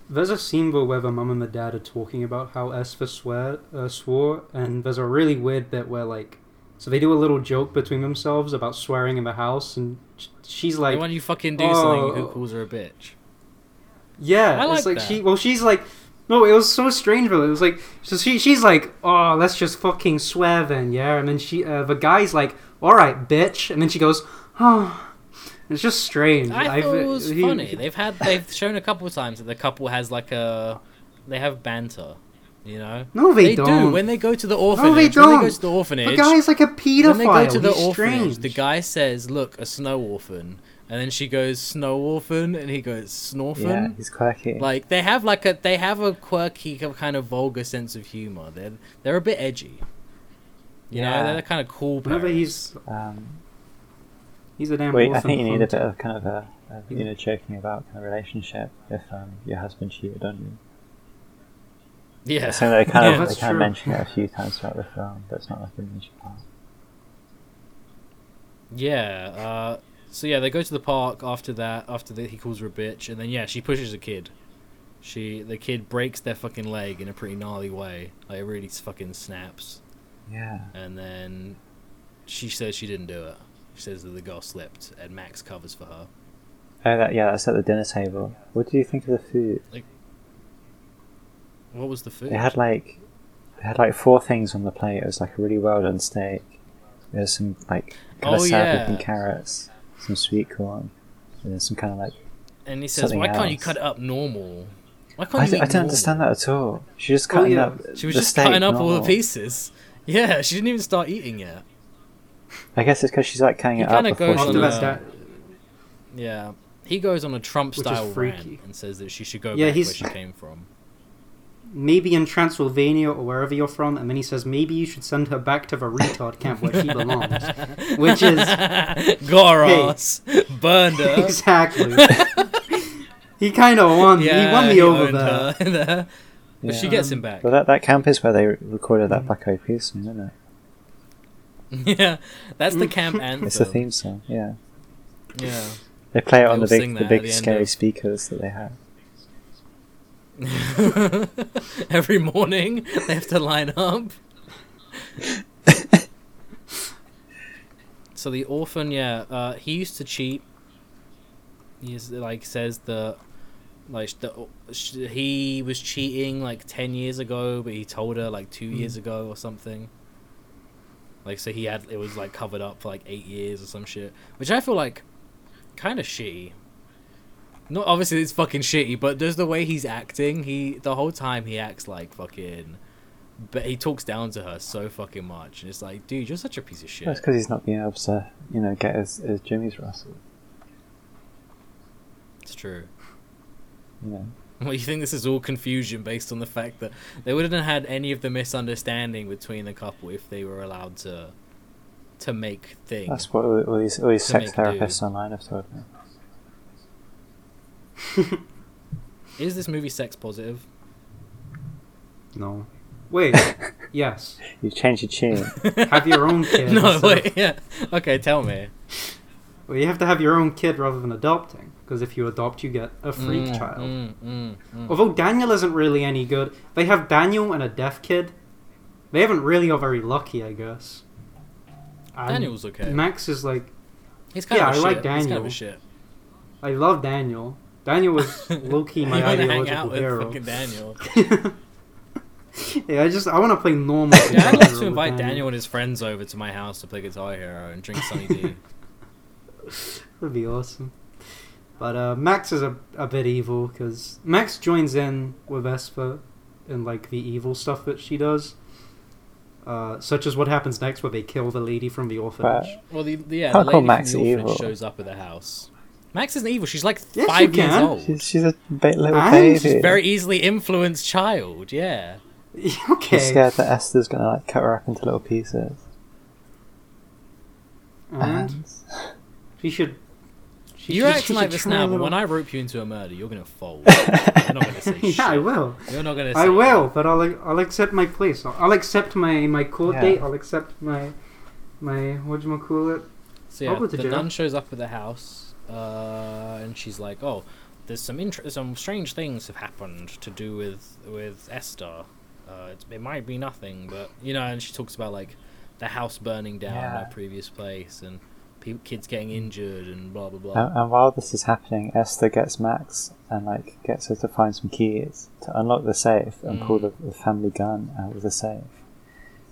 There's a scene where, where the mum and the dad are talking about how Esfa swear, uh, swore, and there's a really weird bit where, like, so they do a little joke between themselves about swearing in the house, and sh- she's Like, like, when you fucking do something, who Oh. calls her a bitch? Yeah, I it's like like that. she. Well, she's like, no, it was so strange, but it was like, so she, she's like, oh, let's just fucking swear then, yeah. And then she, uh, the guy's like, all right, bitch, and then she goes, oh, it's just strange. I I've- uh, thought it was he- funny. They've had they've shown a couple of times that the couple has like a they have banter, you know. No, they, They, don't. do when they go to the orphanage. No, they When they go don't. to the orphanage, the guy's like a pedophile. when they go to the He's orphanage, strange. the guy says, "Look, a snow orphan," and then she goes, "Snow orphan," and he goes, Yeah, "Snorphan." he's quirky. Like they have like a they have a quirky kind of vulgar sense of humor. They're they're a bit edgy. You know, Yeah. they're the kind of cool. Whenever parents. he's um, he's a damn. wait, I orphan think you need a cunt. bit of kind of a, a you know joking about kind of relationship if um, your husband cheated on you. yeah. So they kind Yeah, of they that's kind true. of mention it a few times throughout the film, but it's not like a major part. Yeah. Uh, so yeah, they go to the park after that. After that, he calls her a bitch, and then yeah, she pushes a kid. She the kid breaks their fucking leg in a pretty gnarly way. Like it really fucking snaps, Yeah, and then she says she didn't do it. She says that the girl slipped, and Max covers for her. oh that yeah, that's at the dinner table. What do you think of the food? What was the food? They had like they had like four things on the plate. It was like a really well done steak. There's some like kind of Oh, sad yeah. looking carrots, some sweet corn, and then some kind of like and he says, something "Why can't you else. cut it up normal? Why can't I, you?" d- eat I don't normal?" understand that at all. She just Oh, cutting yeah. up. She was the just steak cutting up all the normal. pieces. Yeah, she didn't even start eating yet. I guess it's because she's like cutting He it up kinda before goes she After on leaves. that, uh, dad- Yeah. He goes on a Trump Which is style freaky. rant and says that she should go Yeah, back he's- where she came from. maybe in Transylvania or wherever you're from, and then he says maybe you should send her back to the retard camp where she belongs. Which is- Goros burned her. exactly. he kind of won. he won me over owned there. her there. But Yeah. she gets Mm-hmm. him Um, back. Well, that, that camp is where they recorded that Black Eyed Peas song, isn't it? yeah, that's the camp anthem. It's the theme song. Yeah, Yeah, they play it on They'll the sing that big the at big the end scary of- speakers that they have. every morning they have to line up. so the orphan, yeah, uh, he used to cheat. He is, like says that like the, sh- he was cheating like ten years ago, but he told her like two years ago or something. Like so, he had it was like covered up for like eight years or some shit, which I feel like kind of shitty. Not obviously it's fucking shitty, but there's the way he's acting. He the whole time he acts like fucking, but he talks down to her so fucking much, and it's like, dude, you're such a piece of shit. Well, it's because he's not being able to, you know, get his, his Jimmy's rustled. It's true. You know, Well, you think this is all confusion based on the fact that they wouldn't have had any of the misunderstanding between the couple if they were allowed to to make things. that's what all, all these all these To sex make do. therapists online have told me. Is this movie sex positive? No. Wait. yes. You've changed your tune. Have your own kid. no, instead of- wait, yeah. Okay, tell me. Well, you have to have your own kid rather than adopting, because if you adopt, you get a freak Mm, child. mm, mm, mm. Although Daniel isn't really any good. They have Daniel and a deaf kid. They haven't really got very lucky, I guess. And Daniel's okay. Max is like, He's kind yeah, of a I like shit. He's kind of a Daniel. shit. I love Daniel. Daniel was low key my you wanna hang ideological out hero. with fucking Daniel. yeah, I just I want to play normal. Yeah, I'd guitar like hero to with invite Daniel and his friends over to my house to play Guitar Hero and drink Sunny D. That'd be awesome. But uh, Max is a, a bit evil because Max joins in with Esper in like the evil stuff that she does, uh, such as what happens next, where they kill the lady from the orphanage. But Well, the, the yeah, the Can't call lady from Max the orphanage evil. shows up at the house. Max isn't evil. She's like Yes, five you years can. old. She's, she's a ba- little And baby. she's She's very easily influenced child. Yeah. I'm okay. scared that Esther's gonna like cut her up into little pieces. And she should. She You're should- she acting should like this try a now, but little- when I rope you into a murder, you're gonna fold. you're not gonna say shit. yeah, I will. You're not gonna. Say I will, but I'll I'll accept my place. I'll, I'll accept my my court Yeah. date. I'll accept my my what you call it. So I'll yeah, go to the jail. nun shows up at the house, uh, and she's like, "Oh, there's some inter- some strange things have happened to do with with Esther. Uh, it's, it might be nothing, but you know." And she talks about like the house burning down in Yeah. her previous place, and pe- kids getting injured, and blah blah blah. And, and while this is happening, Esther gets Max and like gets her to find some keys to unlock the safe and Hmm. pull the, the family gun out of the safe.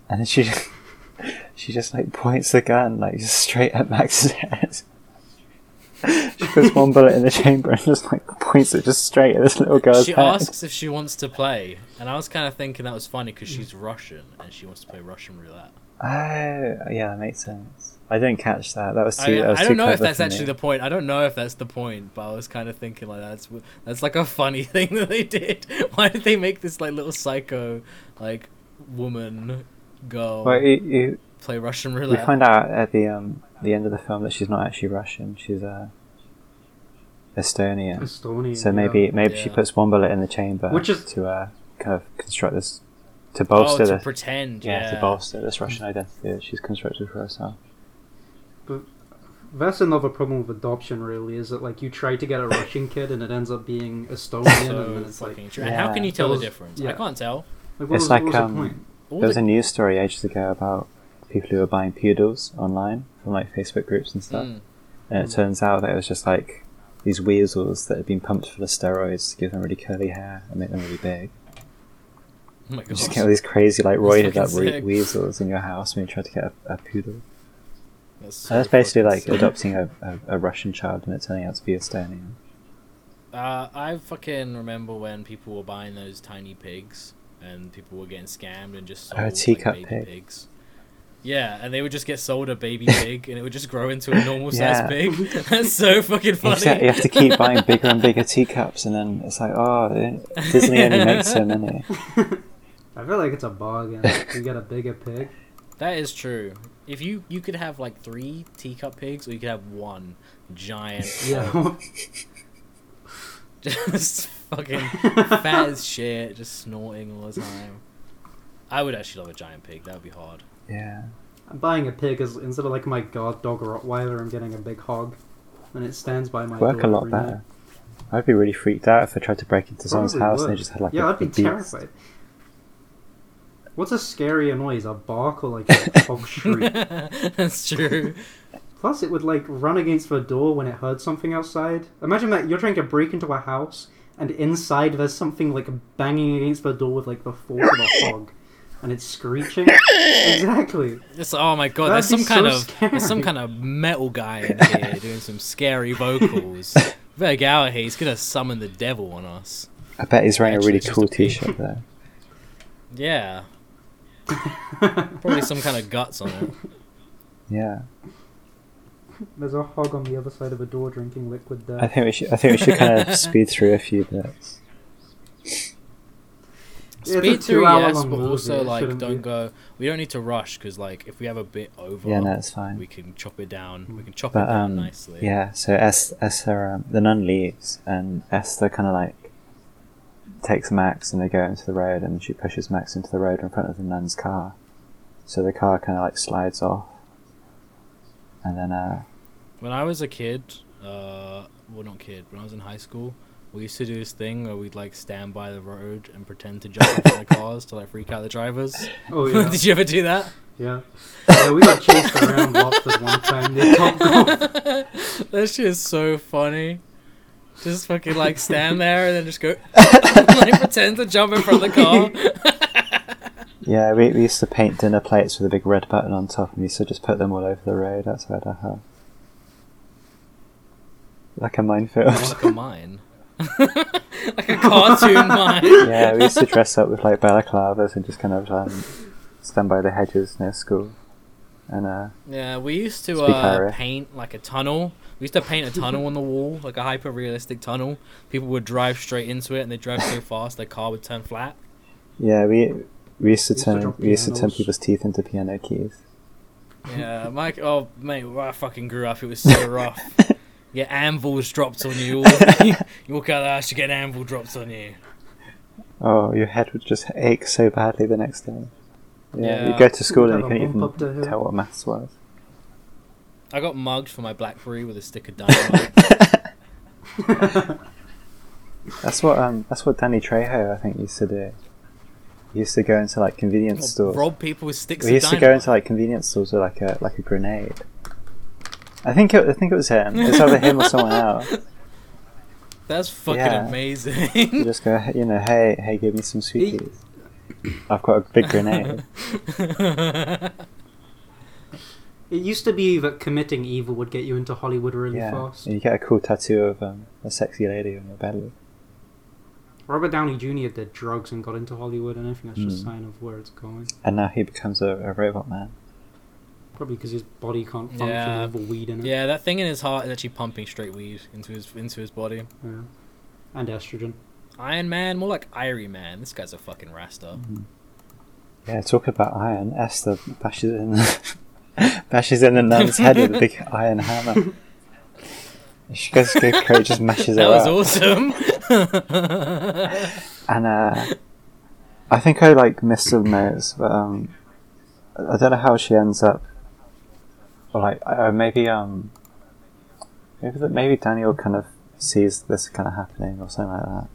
And then she she just like points the gun like just straight at Max's head. she puts one bullet in the chamber and just like points it just straight at this little girl's she head. asks if she wants to play, and I was kind of thinking that was funny because she's Russian and she wants to play Russian roulette. Oh, yeah, that makes sense. I didn't catch that. That was I, too. that was I too don't know if clever that's for actually me. the point. I don't know if that's the point, but I was kind of thinking like that's w- that's like a funny thing that they did. Why did they make this like little psycho like woman girl Well, you, you, play Russian we roulette? find out at the um the end of the film that she's not actually Russian. She's uh, Estonian. Estonia. So maybe maybe she Yeah. puts one bullet in the chamber, Which is- to uh, kind of construct this to oh, bolster to the pretend. yeah, Yeah, to bolster this Russian identity that she's constructed for herself. That's another problem with adoption, really, is that like you try to get a Russian kid and it ends up being So Estonian, and then it's like, fucking true. And how Yeah. can you tell Those- the difference? I yeah. can't tell. like what It's was, like, what was the um, point? All There was the- a news story ages ago about people who were buying poodles online from like Facebook groups and stuff, Mm. and it turns out that it was just like these weasels that had been pumped full of steroids to give them really curly hair and make them really big. Oh my You just gosh. get all these crazy, like roided fucking up we- sick. weasels in your house when you try to get a, a poodle. That's, So that's so basically fucking like sick. adopting a, a, a Russian child and it turning out to be Estonian. Uh, I fucking remember when people were buying those tiny pigs, and people were getting scammed and just sold Oh, like, teacup baby pig. pigs. Yeah, and they would just get sold a baby pig, and it would just grow into a normal sized Yeah. pig. That's so fucking funny. Exactly. You have to keep buying bigger and bigger teacups, and then it's like, oh, Disney only makes so many. I feel like it's a bargain. you get a bigger pig. That is true. If you you could have like three teacup pigs, or you could have one giant, Yeah. just fucking fat as shit, just snorting all the time. I would actually love a giant pig. That would be hard. Yeah. I'm buying a pig as instead of like my guard dog Rottweiler, I'm getting a big hog, and it stands by my Work door a lot every night. better. I'd be really freaked out if I tried to break into someone's Probably house would. and they just had like yeah, a, I'd be a beast. terrified. What's a scarier noise? A bark or like a hog shriek? That's true. Plus, it would like run against the door when it heard something outside. Imagine that you're trying to break into a house and inside there's something like banging against the door with like the force of a hog, and it's screeching. exactly. It's, oh my god, That'd there's some be kind so of there's some scary. kind of metal guy in here doing some scary vocals. Better get out of here. He's gonna summon the devil on us. I bet he's wearing Actually, a it's really just cool a pig. t-shirt though. Yeah, probably some kind of guts on it. Yeah. There's a hog on the other side of a door drinking liquid I death. think we should. I think we should kind of speed through a few bits. It's a Speed through, two-hour yes, long but movie, also it like shouldn't don't be. go. We don't need to rush because like if we have a bit over, Yeah, no, it's fine. we can chop it down. We can chop it But down um, nicely. yeah. So Es- Esther, um, the nun leaves, and Esther kind of like takes Max, and they go into the road, and she pushes Max into the road in front of the nun's car. So the car kind of like slides off, and then uh, When I was a kid, uh, well, not kid, when I was in high school, we used to do this thing where we'd like stand by the road and pretend to jump out of the cars to like freak out the drivers. Oh yeah. Did you ever do that? Yeah. yeah, we got chased around lots at one time. They top That shit is so funny. Just fucking like stand there and then just go like pretend to jump in front of the car. yeah, we, we used to paint dinner plates with a big red button on top, and we used to just put them all over the road outside our house, like a minefield. like a mine. like a cartoon mine. yeah, we used to dress up with like balaclavas and just kind of um, stand by the hedges near school. And uh, Yeah, we used to Speak uh, Irish. paint like a tunnel We used to paint a tunnel on the wall, like a hyper realistic tunnel. People would drive straight into it, and they drive so fast their car would turn flat. Yeah, we we used Used to to turn drop we used to turn pianos. people's teeth into piano keys. Yeah, Mike. Oh, mate, when I fucking grew up. It was so rough. Yeah, anvils dropped on you. all- you walk out of the house, you get an anvil dropped on you. Oh, your head would just ache so badly the next day. Yeah, Yeah. you go to school and you Have a couldn't bump up the even hill. tell what maths was. I got mugged for my BlackBerry with a stick of dynamite. That's what um that's what Danny Trejo I think used to do. He used to go into like convenience stores. rob people with sticks we of used to go dynamite. into like convenience stores with like a like a grenade. I think it, I think it was him. It's either him or someone else. That's fucking Yeah. You amazing. just go, you know, hey, hey, give me some He- sweeties. I've got a big grenade. It used to be that committing evil would get you into Hollywood really yeah, fast. and you get a cool tattoo of um, a sexy lady on your belly. Robert Downey Jr. did drugs and got into Hollywood, and I think that's just a Mm. sign of where it's going. And now he becomes a, a robot man. Probably because his body can't function Yeah. with all the weed in it. yeah, that thing in his heart is actually pumping straight weed into his into his body. Yeah. And estrogen. Iron Man, more like Irie Man. This guy's a fucking rasta. Yeah, talk about iron. Esther bashes in the bashes in the nun's head with a big iron hammer. She goes to go crazy, just mashes That her was up. awesome. And uh, I think I like missed some notes, but um, I don't know how she ends up. Or like uh, maybe um, maybe that maybe Daniel kind of sees this kind of happening or something like that,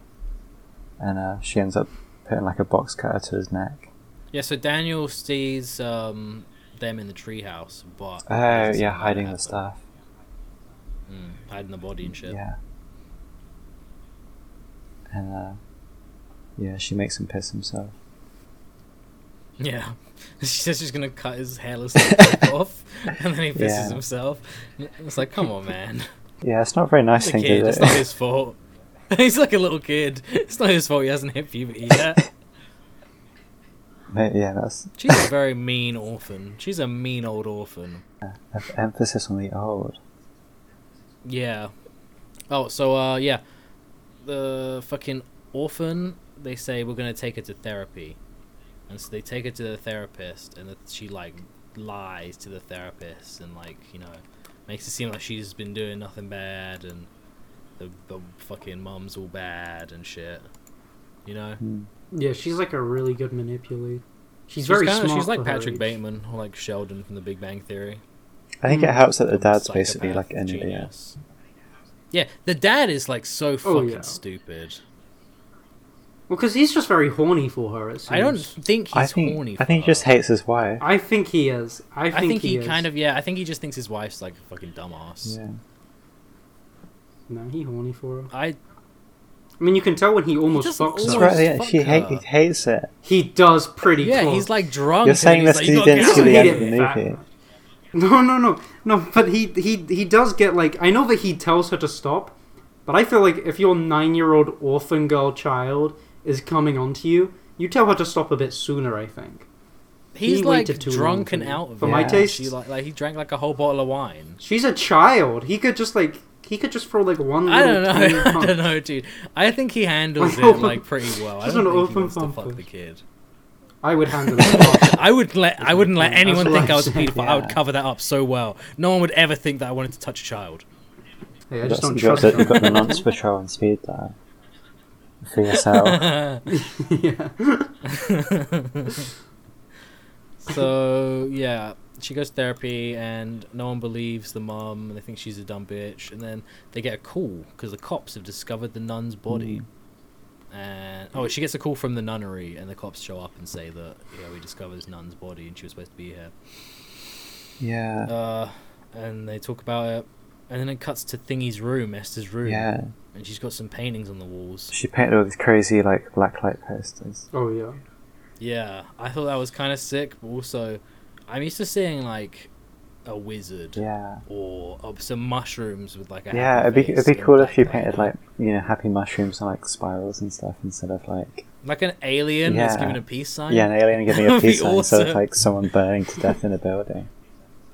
and uh, she ends up putting like a box cutter to his neck. yeah, so Daniel sees um, them in the treehouse, but Oh doesn't see yeah, what hiding the happened. stuff. Mm, hiding the body and shit. Yeah. And uh, yeah, she makes him piss himself. Yeah. She says she's gonna cut his hairless top off, and then he pisses Yeah. himself. It's like, come on, man. Yeah, it's not a very nice He's a thing, kid. is It's it? not his fault. He's like a little kid. It's not his fault he hasn't hit puberty yet. Ma- yeah, that's She's a very mean orphan. She's a mean old orphan. em- emphasis on the old. Yeah. Oh, so uh, yeah, the fucking orphan. They say we're gonna take her to therapy, and so they take her to the therapist, and that she like lies to the therapist, and like you know, makes it seem like she's been doing nothing bad, and the the fucking mum's all bad and shit. You know, Mm. Yeah, she's like a really good manipulator. She's, She's very kinda- smart. She's like for her Patrick age. Bateman or like Sheldon from The Big Bang Theory. I think it Mm. helps that the Some dad's basically Hmm. psychopath like an idiot. genius. Yeah, the dad is like so fucking Oh, yeah. stupid. Well, because he's just very horny for her. It seems. I don't think he's I think horny. I think for he just her. hates his wife. I think he is. I think, I think he is. kind of yeah. I think he just thinks his wife's like a fucking dumbass. Yeah, No, he horny for her. I I mean, you can tell when he almost doesn't fucks always- that's her. right. at the end. fuck She hate, her. he hates it. He does pretty. yeah. close. He's like drunk. You're and then saying he's this like, because you gotta get didn't see out the of end here." of the in fact. movie. No, no, no, no. But he he he does get like I know that he tells her to stop, but I feel like if your nine-year-old orphan girl child is coming onto you, you tell her to stop a bit sooner. I think He's He like waited too long drunk for and me. out of For it. my and taste? she like, like he drank like a whole bottle of wine. she's a child. He could just like he could just throw like one. I don't know. little tiny I punch. don't know, dude. I think he handles it open- like pretty well. I Just don't an think he open wants to phone fuck call. the kid. I would handle it. I would let I wouldn't let That's anyone what think I I'm was a saying, pedophile. I would yeah. cover that up so well. No one would ever think that I wanted to touch a child. hey, I You've just got, don't you got trust the, you her. got the nonce patrol and speed dial for yourself. yeah. so yeah, she goes to therapy, and no one believes the mum, and they think she's a dumb bitch. And then they get a call because the cops have discovered the nun's body. And oh, she gets a call from the nunnery, and the cops show up and say that yeah, we discovered this nun's body, and she was supposed to be here. yeah, Uh, and they talk about it, and then it cuts to Thingy's room, Esther's room, yeah. and she's got some paintings on the walls. She painted all these crazy like black light posters. Oh yeah. Yeah, I thought that was kind of sick, but also, I'm used to seeing like a wizard Yeah. or uh, some mushrooms with like a Yeah, happy it'd be face it'd be in cool if you blacklight. painted like you know happy mushrooms and like spirals and stuff instead of like like an alien that's Yeah. given a peace sign. yeah an alien giving a Oh, That'd be peace sign instead of awesome. like someone burning to death in a building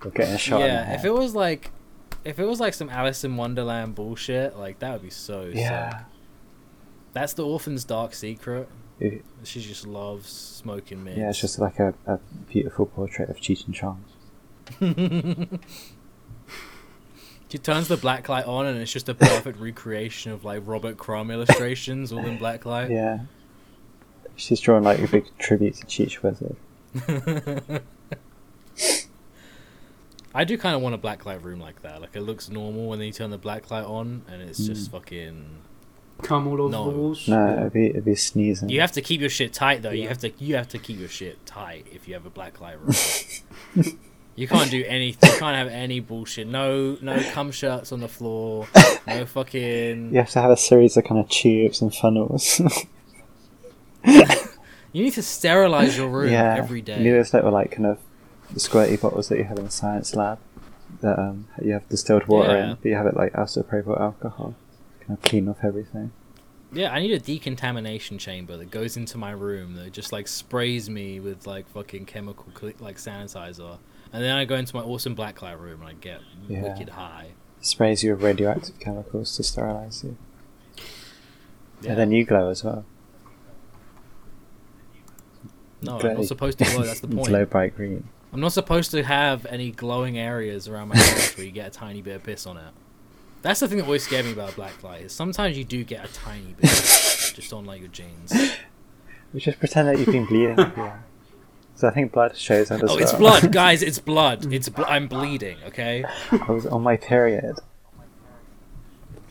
or getting shot. in the yeah. head. If it was like If it was like some Alice in Wonderland bullshit, like that would be so sick. Yeah. That's the orphan's dark secret. It- She just loves smoking me. yeah, it's just like a, a beautiful portrait of Cheech and Chong. She turns the black light on, and it's just a perfect recreation of like Robert Crumb illustrations, all in black light. Yeah. She's drawn like a big tribute to Cheech Wizard. I do kind of want a black light room like that. Like it looks normal, and then you turn the black light on, and it's just fucking. Come all over No. the walls. No, it'd be, it'd be sneezing. You have to keep your shit tight though. You Yeah. have to you have to keep your shit tight if you have a black light room. you can't do anything. You can't have any bullshit. No no cum shirts on the floor. No fucking. You have to have a series of kind of tubes and funnels. You need to sterilize your room yeah. every day. You know those little like kind of squirty bottles that you have in the science lab that um, you have distilled water Yeah. in, but you have it like isopropyl alcohol. Kind of clean off everything. Yeah, I need a decontamination chamber that goes into my room that just like sprays me with like fucking chemical cl- like sanitizer, and then I go into my awesome blacklight room and I get Yeah. wicked high. Sprays you with radioactive chemicals to sterilize you. Yeah. And then you glow as well. no, glow. I'm not supposed to glow. That's the point. glow bright green. I'm not supposed to have any glowing areas around my house where you get a tiny bit of piss on it. That's the thing that always scared me about blacklight. Is sometimes you do get a tiny bit just on like your jeans. You just pretend that you've been bleeding. yeah. So I think blood shows up as Oh, it's well. blood, guys! It's blood. It's bl- I'm bleeding. Okay. I was on my period.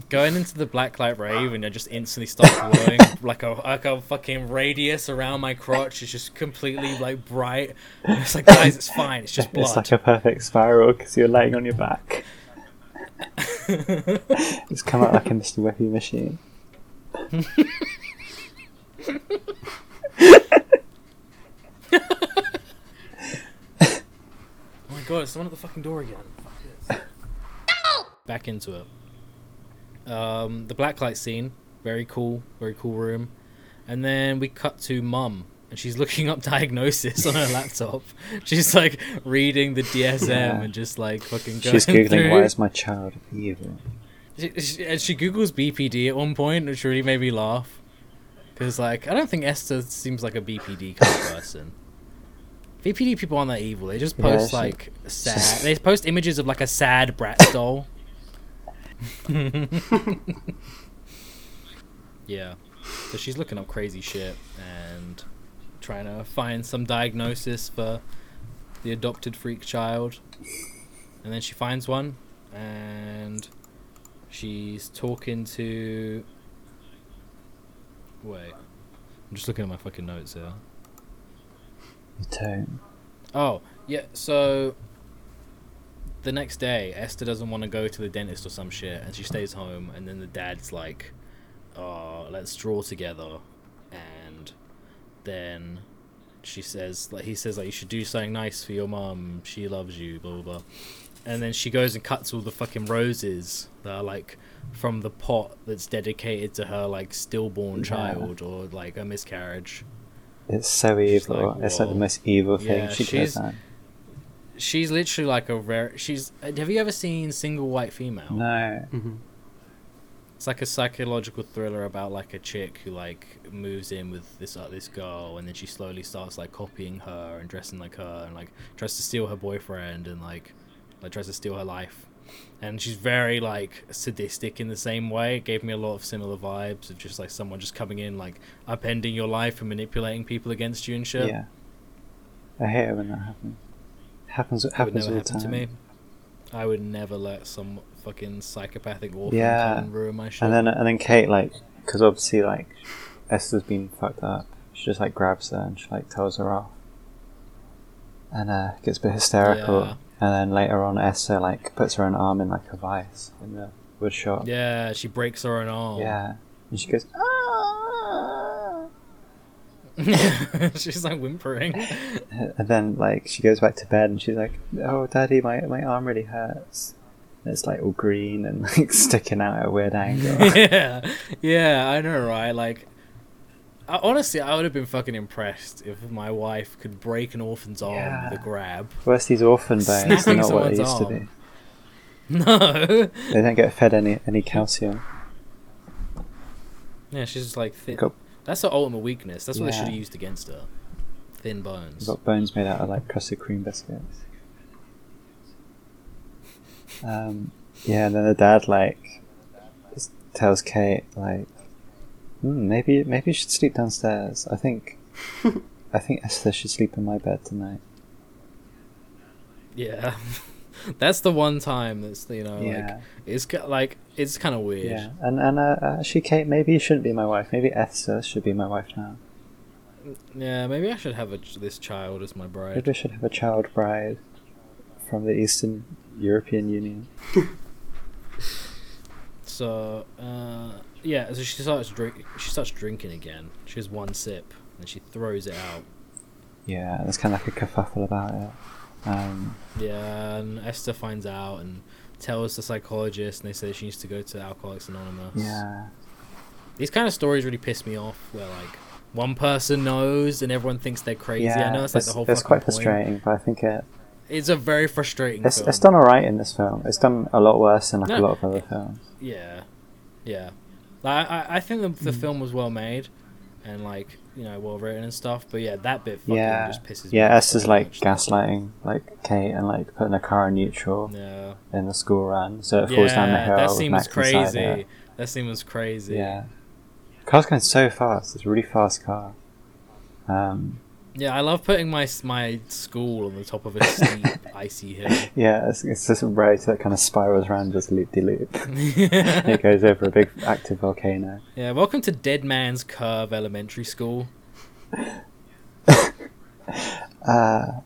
Going into the blacklight rave and I just instantly start glowing like a like a fucking radius around my crotch is just completely like bright. And it's like guys, it's fine. It's just blood. It's like a perfect spiral because you're laying on your back. it's come out like a Mr. Whippy machine. oh my god! It's someone at the fucking door again. Fuck this. Back into it. Um, the blacklight scene, very cool, very cool room, and then we cut to mum. And she's looking up diagnosis on her laptop. She's like reading the DSM Yeah. and just like fucking going She's googling, through. "Why is my child evil?" She, she, and she googles BPD at one point, which really made me laugh. Because, like, I don't think Esther seems like a BPD kind of person. BPD people aren't that evil. They just Yeah, post, she- like, sad. They post images of, like, a sad Bratz doll. yeah. So she's looking up crazy shit and trying to find some diagnosis for the adopted freak child. And then she finds one and she's talking to. Wait. I'm just looking at my fucking notes here. You don't. Oh, yeah, so. The next day, Esther doesn't want to go to the dentist or some shit, and she stays home, and then the dad's like, oh, let's draw together. And then she says, like, he says, like, you should do something nice for your mum. She loves you, blah, blah, blah. And then she goes and cuts all the fucking roses that are, like, from the pot that's dedicated to her, like, stillborn Yeah. child or, like, a miscarriage. It's so She's evil. like, it's like the "Whoa." most evil thing Yeah, she she's- could have done. She's literally like a rare. She's. Have you ever seen Single White Female? No. Mhm. It's like a psychological thriller about like a chick who like moves in with this uh, this girl, and then she slowly starts like copying her and dressing like her, and like tries to steal her boyfriend, and like like tries to steal her life. And she's very like sadistic in the same way. It gave me a lot of similar vibes of just like someone just coming in like upending your life and manipulating people against you and shit. Yeah. I hate it when that happens. Happens. That would never Happens all the happen time. to me. I would never let some fucking psychopathic orphan Yeah. come and ruin my shit. And then uh, and then Kate like because obviously like Esther's been fucked up. She just like grabs her and she like tells her off, and uh, gets a bit hysterical. Yeah. And then later on, Esther like puts her own arm in like a vice in the wood shop. yeah, she breaks her own arm. Yeah. And she goes, ah! She's like whimpering. and then like she goes back to bed and she's like, oh daddy, my my arm really hurts. And it's like all green and like sticking out at a weird angle. yeah, yeah, I know, right? Like, I, honestly, I would have been fucking impressed if my wife could break an orphan's arm with Yeah. a grab. Where's these orphan bones? They're Snapping not what they someone's used to arm. be. No. They don't get fed any any calcium. Yeah, she's just like They've thin. got, That's her ultimate weakness. That's what they Yeah. should have used against her. Thin bones. they've got bones made out of like crusted cream biscuits. Um, yeah, and then the dad like s- tells Kate like, hmm, maybe maybe you should sleep downstairs. I think Mm-hmm. I think Esther should sleep in my bed tonight. Yeah. that's the one time that's you know Oh, like yeah, it's ki- like it's kind of weird. yeah, and and uh, actually, Kate, maybe you shouldn't be my wife. Maybe Esther should be my wife now. Mm, Yeah, maybe I should have a, this child as my bride. Maybe I should have a child bride from the Eastern European Union. So, uh, yeah, so she starts drink. She starts drinking again. She has one sip and she throws it out. Yeah, there's kind of like a kerfuffle about it. Um, Yeah, and Esther finds out and tells the psychologist, and they say she needs to go to Alcoholics Anonymous. yeah, These kind of stories really piss me off, where like one person knows and everyone thinks they're crazy. yeah, I know it's like the whole. it's fucking quite point. frustrating, but I think it, It's a very frustrating. it's film. it's done alright in this film. It's done a lot worse than like a No. lot of other films. Yeah, yeah. Like, I I- I think the, Mm. the film was well made, and like you know well written and stuff. But yeah, that bit fucking Yeah, just pisses me. yeah, off Esther's so like much. gaslighting like Kate and like putting her car in neutral Yeah, in the school run, so it yeah. falls down the hill that with scene was Max inside it. crazy. That scene was crazy. Yeah, car's going so fast. It's a really fast car. Um, Yeah, I love putting my my school on the top of a steep icy hill. Yeah, it's, it's this road that kind of spirals around just loop de loop. It yeah, goes over a big active volcano. welcome to Dead Man's Curve Elementary School. Uh,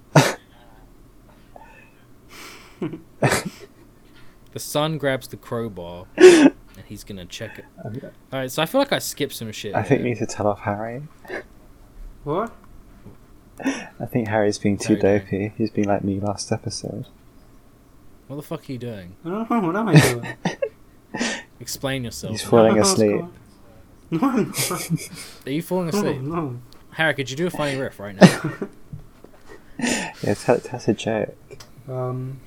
The son grabs the crowbar, and he's gonna check it. All right, so I feel like I skipped some shit. I think you here. need to tell off Harry. What? I think Harry's being too Very good. dopey. He's been like me last episode. what the fuck are you doing? I don't know. What am I doing? Explain yourself. He's falling What's asleep. going on? No, I'm Are you falling not. no, asleep? no. Harry, could you do a funny riff right now? Yeah, tell, tell us a joke. Um,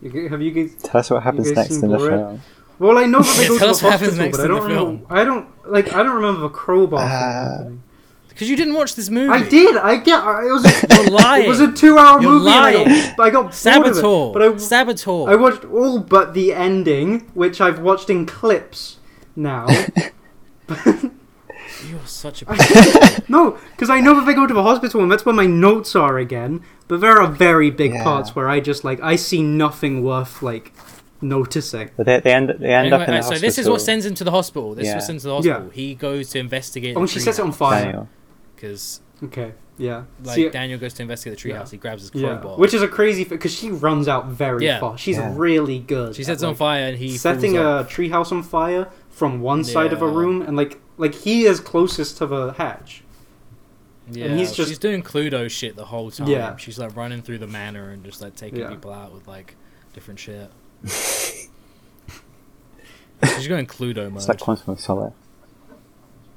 you g- have you guys? Tell us what happens guys next seen in the Borat? film. Well, I know that they Yeah, go tell to us the what happens hospital, next but I in the don't remember. I don't like. I don't remember the crowbar thing Uh, happening. Because you didn't watch this movie. I did. I get. I it was. A, You're lying. It was a two-hour You're movie. And I lying. got, I got bored of Saboteur. it. But I, Saboteur. I watched all but the ending, which I've watched in clips now. You're such a. no, because I know that they go to the hospital, and that's where my notes are again. But there are very big Yeah. parts where I just like I see nothing worth like noticing. But they, they end they end Anyway, up in the uh, so hospital. this is what sends him to the hospital. This is Yeah. what sends him to the Yeah. hospital. He goes to investigate. the Oh, and she sets it on fire. Daniel. because Okay, yeah. like See, Daniel goes to investigate the treehouse. Yeah. He grabs his yeah, crowbar, which is a crazy thing because she runs out very Yeah. fast. She's Yeah. really good. she at, sets it on like, fire, and he setting falls a off. treehouse on fire from one side of a Yeah. room, and like like he is closest to the hatch. Yeah, he's just- she's doing Cluedo shit the whole time. Yeah. she's like running through the manor and just like taking Yeah. people out with like different shit. she's going Cluedo mode. It's like Quantum of Solace.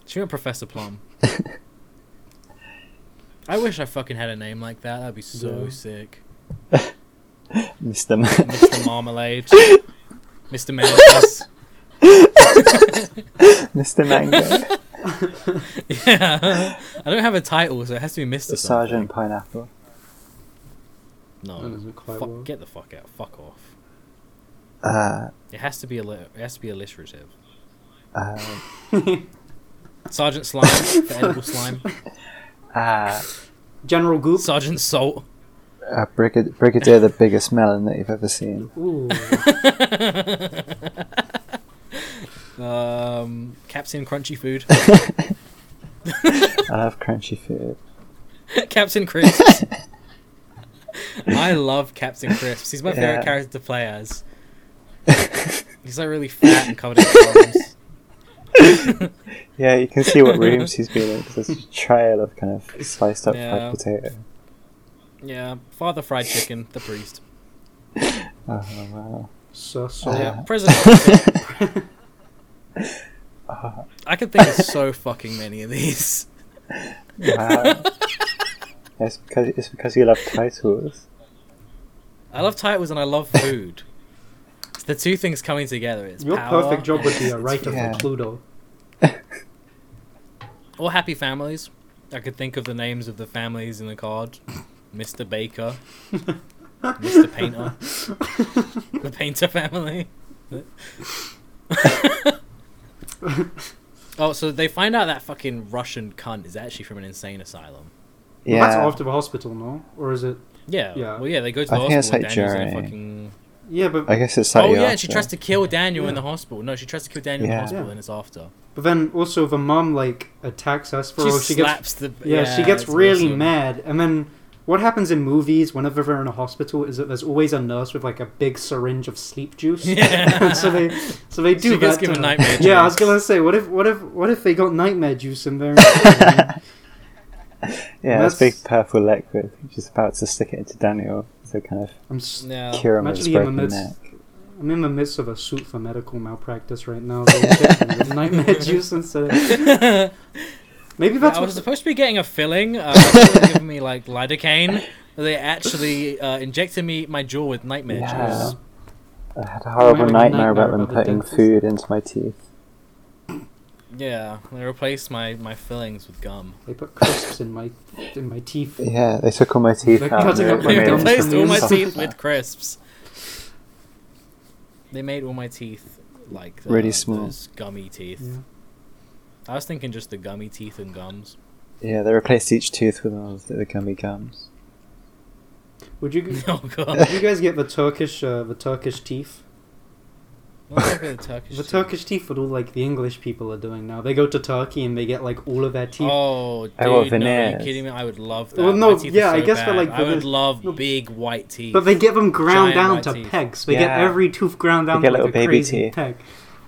She went Professor Plum. I wish I fucking had a name like that. That'd be so Yeah. sick. Mr. Ma- Mr. Marmalade. Mr. Mantis. Mr. Mango. yeah. I don't have a title, so it has to be Mr. something. Sergeant Pineapple. No. That doesn't quite Oh, Fuck- work. get the fuck out. Fuck off. Uh, It has to be a it has to be alliterative. uh, Sergeant Slime, the edible slime. uh, General Goop. Sergeant Salt. uh, Brigad- Brigadier, the biggest melon that you've ever seen. Ooh. um, Captain Crunchy Food. I love crunchy food. Captain Crisps. I love Captain Crisps. He's my Yeah. favorite character to play as. He's like really fat and covered in crumbs. Yeah, you can see what rooms he's been in 'cause there's a trail of kind of sliced up Yeah. fried potato. Yeah, Father Fried Chicken, the priest. Oh wow! Oh. So, so. Yeah, President. I could think of so fucking many of these. wow. it's because it's because you love titles. I love titles and I love food. It's the two things coming together. It's Your power perfect job would be a and- writer Yeah. for Cluedo. Or Happy Families. I could think of the names of the families in the card. Mr. Baker. Mr. Painter. the Painter family. oh, so they find out that fucking Russian cunt is actually from an insane asylum. Well, Yeah. That's after the hospital, no? Or is it? Yeah. Yeah. Well, yeah, they go to the I think hospital. it's and like Daniel's in a during- fucking. Yeah, but I guess it's Oh slightly yeah, and she after. tries to kill Daniel in Yeah. the hospital. No, she tries to kill Daniel in Yeah. the hospital, Yeah. and it's after. but then also the mom like attacks us for She oh, she gets slaps the. yeah, she gets it's really awesome. mad, and then what happens in movies whenever they're in a hospital is that there's always a nurse with like a big syringe of sleep juice. Yeah. so they so they do She gets that. to given her. nightmare Yeah, I was juice. gonna say, what if what if what if they got nightmare juice in there? instead? Yeah, this big That's- purple liquid. She's about to stick it into Daniel to kind of I'm s- Yeah. cure him of his Imagine him broken amidst- neck. I'm in the midst of a suit for medical malpractice right now. so I'm taking the nightmare juice instead. of- Maybe that's I what was supposed to be getting a filling. Uh, they were giving me like lidocaine. But they actually uh, injected me my jaw with nightmare Yeah. juice. I had a horrible having a nightmare, nightmare about them about the putting dentist. food into my teeth. Yeah, they replaced my, my fillings with gum. they put crisps in my in my teeth. Yeah, they took all my teeth They're out. cutting up and they They my made gums replaced them all my something teeth like with crisps. They made all my teeth like uh, Really small. those gummy teeth. Yeah. I was thinking just the gummy teeth and gums. that. Yeah, they replaced each tooth with one of the gummy gums. Would you g- Oh god. did you guys get the Turkish uh, the Turkish teeth? What's up with the Turkish? The teeth? Turkish teeth are all like the English people are doing now. They go to Turkey and they get like all of their teeth. Oh, dude, Oh, no, are you veneers. kidding me? I would love that. Well, My no, teeth are yeah, I so guess they're bad. like I would veneers. love No, big white teeth. but they get them ground Giant down white to teeth. pegs. They get Yeah. every tooth ground down They to get like a little baby crazy teeth. peg.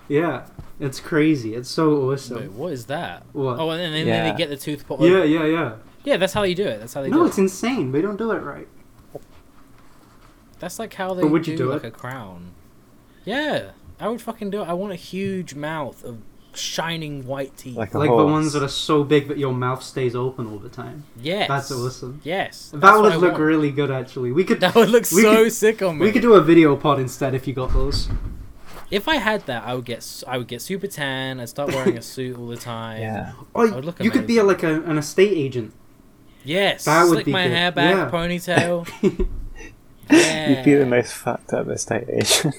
Yeah, it's crazy. It's so Wait, awesome. what is that? What? Oh, and then, and then Yeah. they get the tooth put. Yeah, yeah, yeah, yeah. yeah, that's how you do it. That's how they No, do it's it. insane. They don't do it right. That's like how they But would do, you do like it? a crown. Yeah, I would fucking do it. I want a huge mouth of shining white teeth. Like a Like the horse. ones that are so big that your mouth stays open all the time. yes, That's awesome. Yes, that that's what would I look want. really good, actually. We could That would look we so could- sick on me. we could do a video pod instead if you got those. If I had that, I would get s- I would get super tan. I'd start wearing a suit all the time. Yeah. Or would look you could be a, amazing. like a, an estate agent. Yes, That would slick be my good. hair back, Yeah. ponytail. yeah. You'd be the most fucked up estate agent.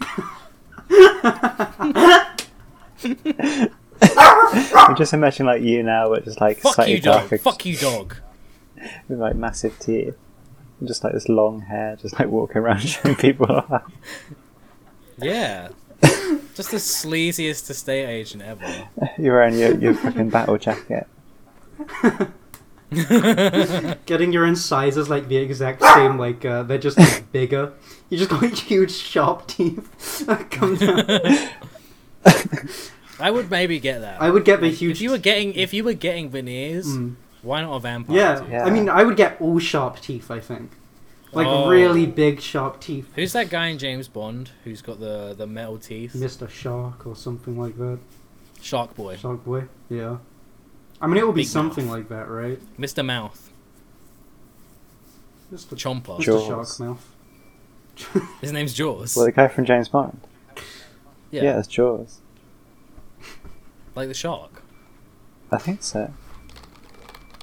I'm just imagining like you now, but just like Fuck slightly you, dog. darker, Fuck you, dog. with like massive teeth, and just like this long hair, just like walking around showing people off. Yeah. Just the sleaziest estate agent ever. You're wearing your, your fucking battle jacket. Getting your incisors like the exact same, like uh, they're just like, bigger. You just got like, huge sharp teeth that come down. I would maybe get that. I would get the Like, huge. If you were getting, if you were getting veneers, Mm. why not a vampire? yeah, Yeah. I mean, I would get all sharp teeth. I think, like Oh. really big sharp teeth, Who's that guy in James Bond who's got the the metal teeth? Mister Shark or something like that. Shark Boy, Shark Boy. Yeah. I mean, it would be Big something like that, right? Mr. Mouth, Mister Chomper. Mr. Jaws. Shark mouth. His name's Jaws. Well, the guy from James Bond. yeah, yeah it's Jaws. like the shark. I think so.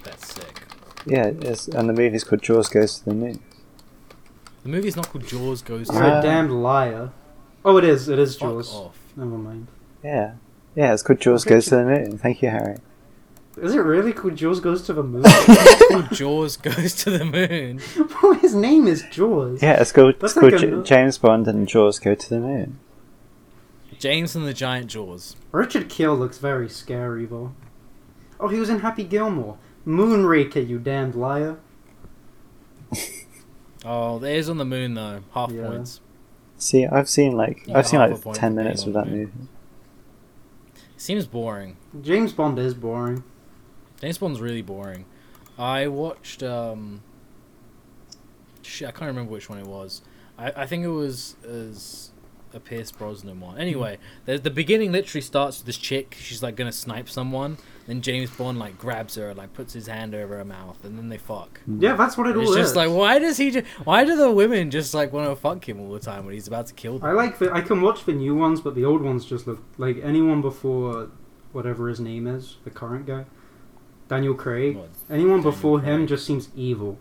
That's sick. Yeah, it's, and the movie's called Jaws Goes to the Moon. The movie's not called Jaws Goes to You're Uh, a damned liar. Oh, it is. It is Fuck Jaws. off. Never mind. Yeah. Yeah, it's called Jaws Okay. Goes to the Moon. Thank you, Harry. Is it really cool? Jaws goes to the moon. called Jaws Goes to the Moon. Well, his name is Jaws. Yeah, it's called, That's it's called like a- J- James Bond and Jaws Go to the Moon. James and the Giant Jaws. Richard Keel looks very scary, though. Oh, he was in Happy Gilmore. Moonraker, you damned liar. Oh, there is on the moon though. Half Yeah. points. See, I've seen like Yeah, I've seen half a like point ten for minutes of being that on the movie. Seems boring. James Bond is boring. James Bond's really boring. I watched um shit, I can't remember which one it was. I, I think it was as a Pierce Brosnan one. Anyway, Hmm. the, the beginning literally starts with this chick. She's like gonna snipe someone, then James Bond like grabs her and like puts his hand over her mouth, and then they fuck. Yeah, that's what it And all it's is. just like why does he? Ju- why do the women just like want to fuck him all the time when he's about to kill them? I like the. I can watch the new ones, but the old ones just look like anyone before whatever his name is, the current guy, Daniel Craig. Well, Anyone Daniel before him Craig. just seems evil.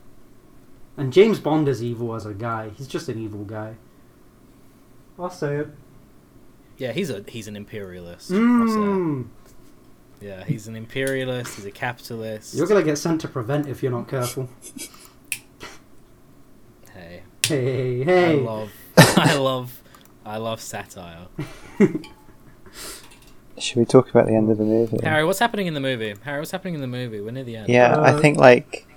And James Bond is evil as a guy. He's just an evil guy. I'll say it. Yeah, he's a he's an imperialist. I'll say. Mm, Yeah, he's an imperialist. He's a capitalist. you're gonna get sent to prevent if you're not careful. Hey, Hey, I hey. love, I love, I love satire. Should we talk about the end of the movie? Harry, what's happening in the movie? Harry, what's happening in the movie? We're near the end. Yeah, Uh, I think like,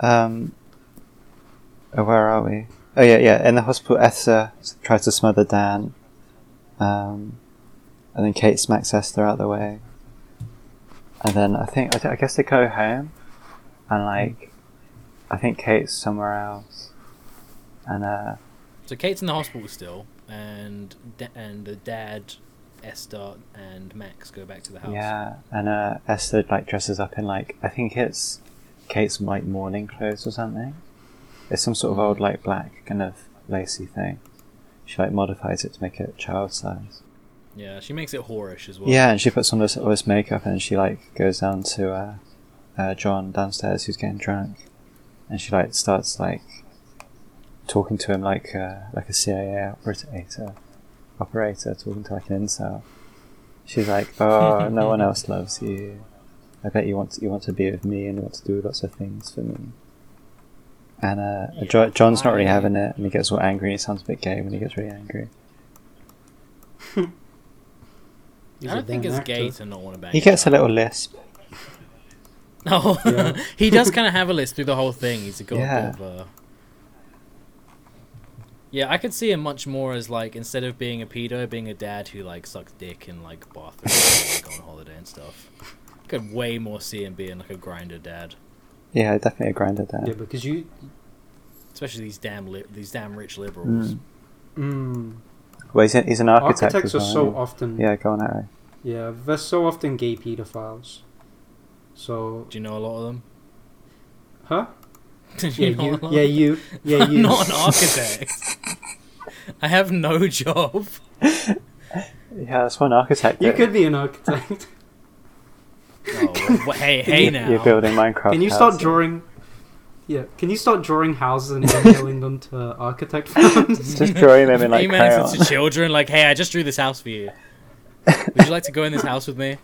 um, oh, where are we? Oh yeah, yeah. In the hospital, Esther s- tries to smother Dan, um, and then Kate smacks Esther out of the way, and then I think I, th- I guess they go home, and like, I think Kate's somewhere else, and uh, So Kate's in the hospital still, and da- and the dad, Esther, and Max go back to the house. yeah, and uh, Esther like dresses up in like I think it's Kate's like morning clothes or something. It's some sort of Mm-hmm. old like black kind of lacy thing. She like modifies it to make it child size. Yeah, she makes it whorish as well. Yeah, and she puts on this, all this makeup and she like goes down to uh, uh, John downstairs who's getting drunk, and she like starts like talking to him like uh, like a CIA operator, operator talking to like an incel. She's like, "Oh, no one else loves you. I bet you want to, you want to be with me and you want to do lots of things for me." And uh, Yeah, Jo- John's not really I- having it, and he gets all angry. and He sounds a bit gay when he gets really angry. He's I a don't think damn it's actor. gay to not want to bang. He gets a her. little lisp. No, Yeah. he does kind of have a list through the whole thing. He's a god Yeah. of. Uh... Yeah, I could see him much more as like instead of being a pedo, being a dad who like sucks dick in like bathrooms, and, like, go on holiday and stuff. Could way more see him being like a grinder dad, Yeah, definitely a grinder dad. Yeah, because you. especially these damn li- these damn rich liberals. Hmm. Mm. Mm, Well, he's, a, he's an architect. architects as are well, so yeah. often. Yeah, go on, Harry. Yeah, they're so often gay pedophiles. So, Do you know a lot of them? huh? Do you Yeah, know you. a lot? Yeah, you. Yeah, I'm you. not an architect. I have no job. Yeah, that's one architect. You that- could be an architect. Oh, well, hey, hey you- now. You're building Minecraft. Can you start houses. drawing? Yeah. Can you start drawing houses and emailing them to architect firms? Just drawing them in like emailing crayon. it to children like hey i just drew this house for you would you like to go in this house with me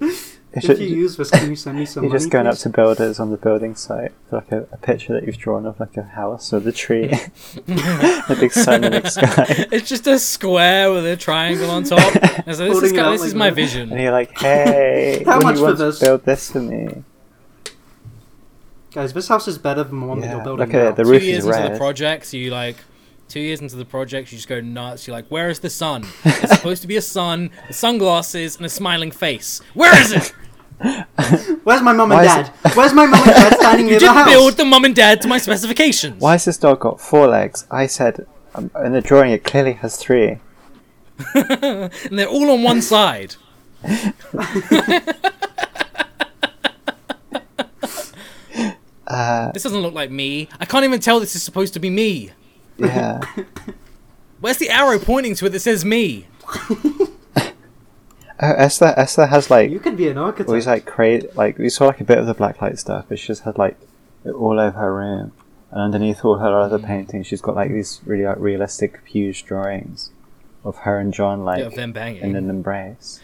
You if should- you use this, can you send me some You're money? just going up please? to builders on the building site for like a, a picture that you've drawn of like a house or the tree, a big sun in the sky, it's just a square with a triangle on top and so this Holding is, it kind out of, this like is my that. vision and you're like, "Hey, How would much you for want to this?" build this for me?" Guys, this house is better than the one that Yeah, you're building look at it, now. the two roof years is into the red. project so you like two years into the project you just go nuts you're like where is the sun it's supposed to be a sun with sunglasses and a smiling face where is it Where's my mum and Why dad? is Where's my mum and dad standing you near the didn't house? build the mum and dad to my specifications Why has this dog got four legs? I said, um, in the drawing, it clearly has three. and they're all on one side Uh, this doesn't look like me i can't even tell this is supposed to be me yeah. where's the arrow pointing to it that says me Oh, Esther, Esther has like You could be an architect. Well, he's like crazy. Like we saw like a bit of the blacklight stuff, but she just had like it all over her room, and underneath all her Mm. other paintings, she's got like these really like, realistic, huge drawings of her and John like yeah, of them banging in an embrace.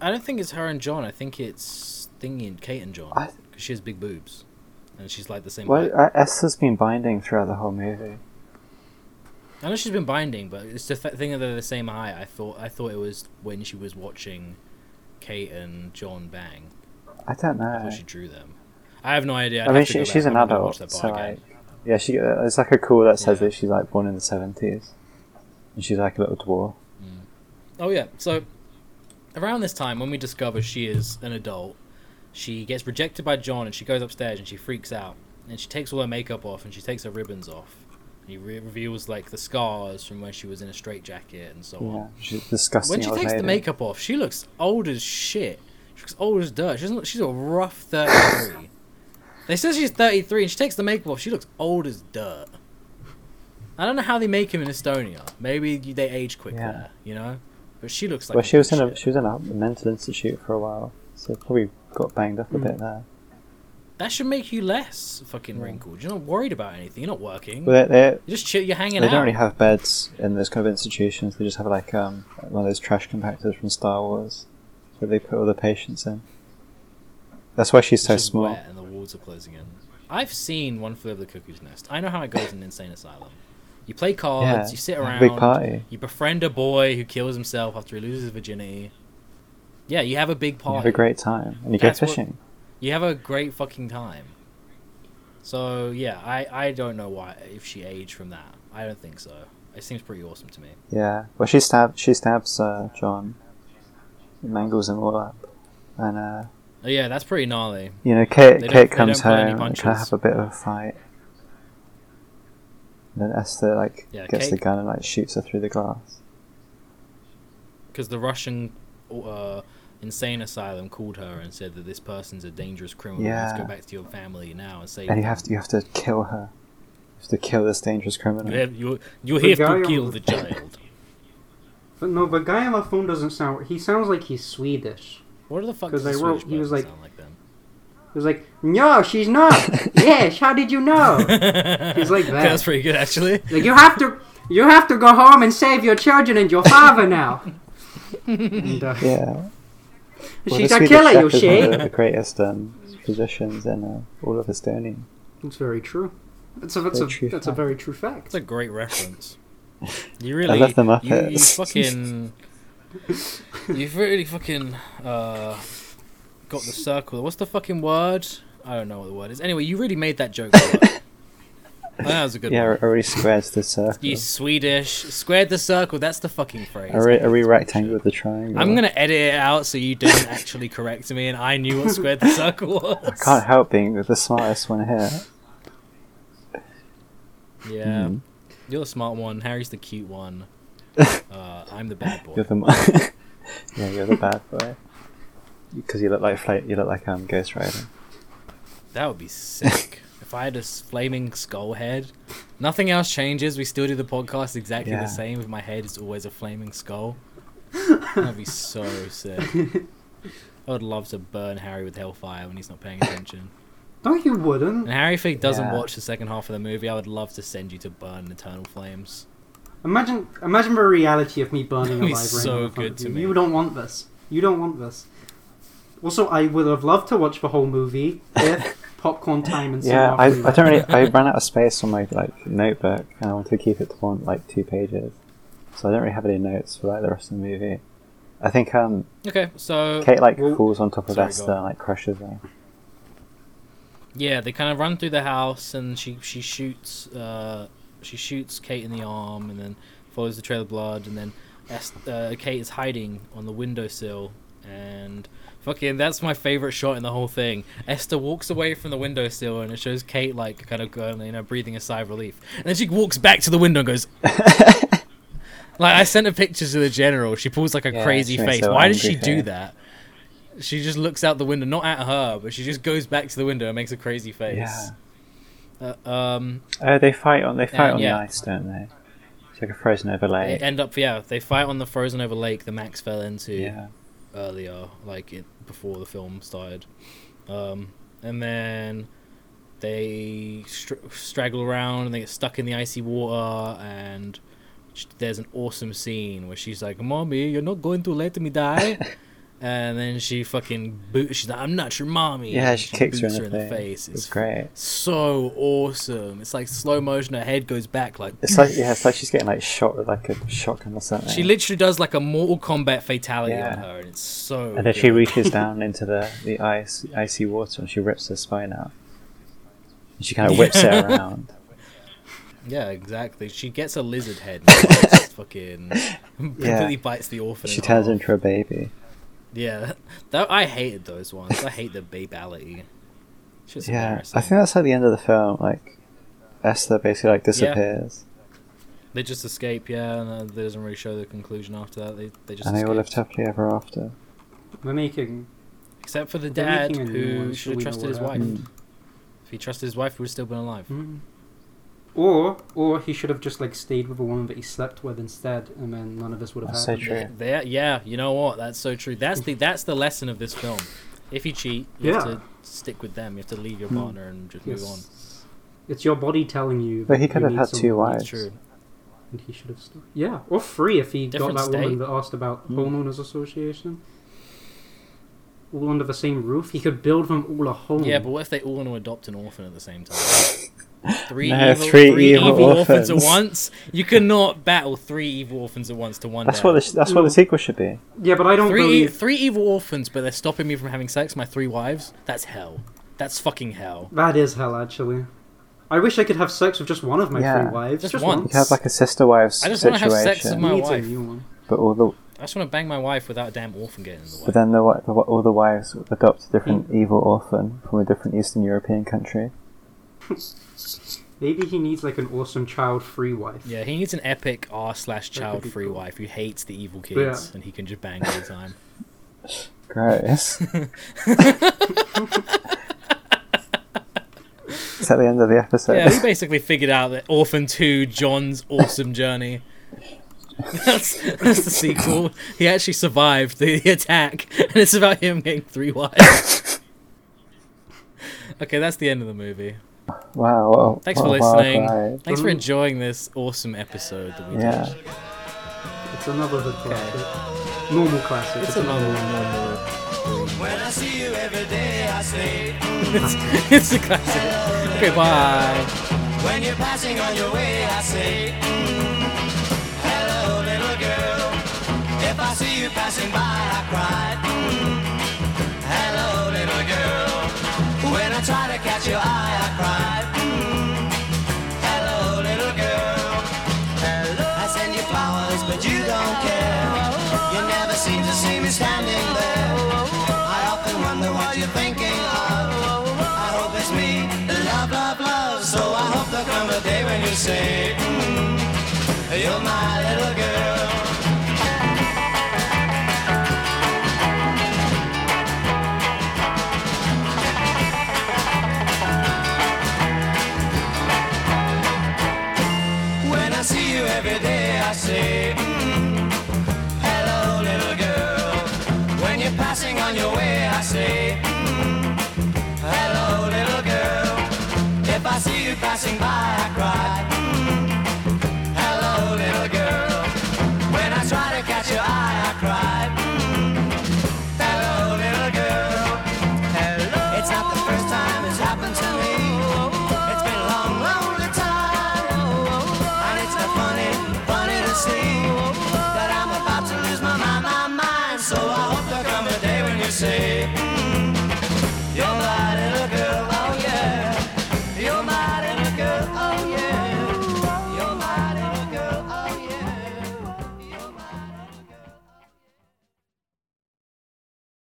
I don't think it's her and John. I think it's Thingy and Kate and John I- because she has big boobs, and she's like the same. Well, height. uh, Esther's been binding throughout the whole movie. I know she's been binding, but it's the fa- thing that they're the same height. I thought I thought it was when she was watching Kate and John bang. I don't I know. thought she drew them. I have no idea. I'd I have mean, to she, go she's back. an I'm gonna watch adult, that so part like, again. yeah, she. Uh, it's like a cool that says Yeah. that she's like born in the seventies, and she's like a little dwarf. Oh yeah. So around this time, when we discover she is an adult, she gets rejected by John, and she goes upstairs and she freaks out, and she takes all her makeup off and she takes her ribbons off. and He re- reveals like the scars from when she was in a straitjacket and so Yeah, on. she's a disgusting. When she old takes the lady. makeup off, she looks old as shit. She looks old as dirt. She doesn't look, she's a rough thirty-three. they said she's thirty-three, and she takes the makeup off. She looks old as dirt. I don't know how they make him in Estonia. Maybe they age quick Yeah. there, you know. But she looks like. well, she was in a shit. she was in a mental institute for a while, so probably got banged up a Mm. bit there. That should make you less fucking Yeah. wrinkled. You're not worried about anything. You're not working. Well, they they You're just chill. You're hanging they out. don't really have beds in those kind of institutions. They just have like um, one of those trash compactors from Star Wars, where they put all the patients in. That's why she's It's so just small. wet and the walls are closing in. I've seen One Flew Over the Cuckoo's Nest. I know how it goes in Insane Asylum. You play cards. Yeah, You sit have a around. big party. You befriend a boy who kills himself after he loses his virginity. Yeah, you have a big You party. have a great time, and you That's go what- fishing. You have a great fucking time. So yeah, I I don't know why if she aged from that. I don't think so. It seems pretty awesome to me. Yeah. Well, she stab she stabs uh, John, mangles him all up, and uh, Oh yeah, that's pretty gnarly. you know They Kate don't- Kate they comes don't pull any home and they kind of punches. have a bit of a fight. And then Esther like Yeah, gets the Kate- gun and like shoots her through the glass. because the Russian uh, insane asylum called her and said that this person's a dangerous criminal. Let's go Yeah. back to your family now and save. And you them." have to you have to kill her. You have to kill this dangerous criminal. You have, you, you The have guy to on kill the- the child. But no, the guy on the phone doesn't sound. He sounds like he's Swedish. What the fuck 'Cause does a they Swedish wrote- he was person like- sound like them? He's like, no, she's not. yes, how did you know? "Oh." he's like that. That's pretty good, actually. Like you have to, you have to go home and save your children and your father now. and, uh, Yeah. Well, she's the a Swedish killer, you chef is see. one of the, the greatest um, physicians in uh, all of Estonia. It's very true. That's a that's Very a true that's a fact. very true That's fact. a great reference. You really, love the you, you Muppets. fucking, you've really fucking uh, got the circle. What's the fucking word? I don't know what the word is. Anyway, you really made that joke. work. that was a good yeah, one. it already squares the circle. You Swedish squared the circle. That's the fucking phrase. I re- a re rectangle with the triangle. I'm gonna edit it out so you didn't actually correct me, and I knew what squared the circle was. Can't help being the smartest one here. Yeah, Mm. you're the smart one. Harry's the cute one. Uh, I'm the bad boy. You're the mo- yeah, you're the bad boy. Because you look like Fla- you look like um Ghost Rider. That would be sick. if I had a s- flaming skull head, nothing else changes. We still do the podcast exactly Yeah. the same. If my head is always a flaming skull, that'd be so sick. I would love to burn Harry with hellfire when he's not paying attention. No, you wouldn't. And Harry, if he doesn't Yeah. watch the second half of the movie, I would love to send you to burn in eternal flames. Imagine imagine the reality of me burning That'd alive be right so now in front good of to you. me. You don't want this. You don't want this. Also, I would have loved to watch the whole movie if popcorn time and Cinema Yeah, I, Free I were- don't really. I ran out of space on my like notebook, and I wanted to keep it to one like two pages, so I don't really have any notes for like the rest of the movie. I think um Okay, so Kate like Well- falls on top of Sorry, go Esther on. and like crushes her. yeah, they kind of run through the house, and she she shoots uh, she shoots Kate in the arm, and then follows the trail of blood, and then Es- uh, Kate is hiding on the windowsill, and fucking that's my favorite shot in the whole thing. Esther walks away from the windowsill, and it shows Kate like kind of going, you know breathing a sigh of relief, and then she walks back to the window and goes. Like I sent a picture to the general. She pulls like a Yeah, crazy she makes face. a Why did angry she do face. that? She just looks out the window, not at her, but she just goes back to the window and makes a crazy face. Uh, um, Oh, they fight on they fight Yeah, on Um, yeah. the ice, don't they? It's like a frozen overlay. they end up yeah. They fight on the frozen over lake that Max fell into yeah. earlier, like it before the film started. Um, and then they str- straggle around and they get stuck in the icy water. And sh- there's an awesome scene where she's like, "Mommy, you're not going to let me die." and then she fucking boot. She's like, "I'm not your mommy." Yeah, and she kicks her in boots the face. face. It's great. so awesome. It's like slow motion. Her head goes back like. It's like yeah, it's like she's getting like shot with like a shotgun or something. She literally does like a Mortal Kombat fatality on Yeah. her, and it's so. And then she good. reaches down into the, the ice, icy water and she rips her spine out. And she kind of whips it around. Yeah, exactly. She gets a lizard head. And bites fucking completely bites the orphan. She in turns half. into a baby. Yeah, that, I hated those ones. I hate the babality. It's just Yeah, embarrassing. I think that's at the end of the film. Like, Esther basically like disappears, They just escape, yeah, and uh, they doesn't really show the conclusion after that. They they just and they all escape. lived happily ever after. We're making. except for the They're dad making a new one, who so should have we know trusted what his wife. happened. If he trusted his wife, he would have still been alive. Hmm. Or, or he should have just like stayed with a woman that he slept with instead, and then none of this would have That's so happened. true. There, yeah, you know what? That's so true. That's the that's the lesson of this film. If you cheat, you have Yeah. Mm. to stick with them. You have to leave your Hmm. partner and just move on. Yes. It's your body telling you. But he that could you have need had someone two That's wives. true. And he should have stopped. Yeah, or free if he Different got that woman state. that asked about Hmm. homeowners association. All under the same roof, he could build them all a home. Yeah, but what if they all want to adopt an orphan at the same time? Three, No, evil, three three, evil evil, orphans. orphans. at once. You cannot battle three evil orphans at once to one. That's dad. what the, that's what the sequel should be. yeah, but I don't three believe three evil orphans, but they're stopping me from having sex. My three wives. That's hell. That's fucking hell. that is hell. Actually, I wish I could have sex with just one of my Yeah. three wives. Just Just, one. one. You could have like a sister wives I just situation, wanna have sex with my Needs a wife. new one. but all the I just want to bang my wife without a damn orphan getting in the way. but then the, wi- the wi- all the wives adopt a different Mm. evil orphan from a different Eastern European country. Maybe he needs like an awesome child-free wife. yeah, he needs an epic R slash could be child free cool. wife who hates the evil kids Yeah. and he can just bang all the time. Gross. it's at the end of the episode. yeah, we basically figured out that Orphan Two, John's awesome journey. That's, that's the sequel. He actually survived the, the attack, and it's about him getting three wives. okay, that's the end of the movie. Wow. What a, Thanks what for a wild listening. ride. Thanks for enjoying this awesome episode that we did. Yeah. It's another hood classic. Normal classic. It's another normal. When I see you every day, I say, It's, it's a classic. Okay, bye. when you're passing on your way, I say, "Mm, hello, little girl. If I see you passing by, I cry, "Mm, hello, little girl. When I try to catch your eye, I cry, "Mm, hello, little girl. I send you flowers, but you don't care. You never seem to see me standing there. I often wonder what you're thinking of. I hope it's me. Love, love, love. So I hope there'll come a day when you say, mm, You're my little girl. "Mm, "Mm, "Mm, "Mm, hmm, oh oh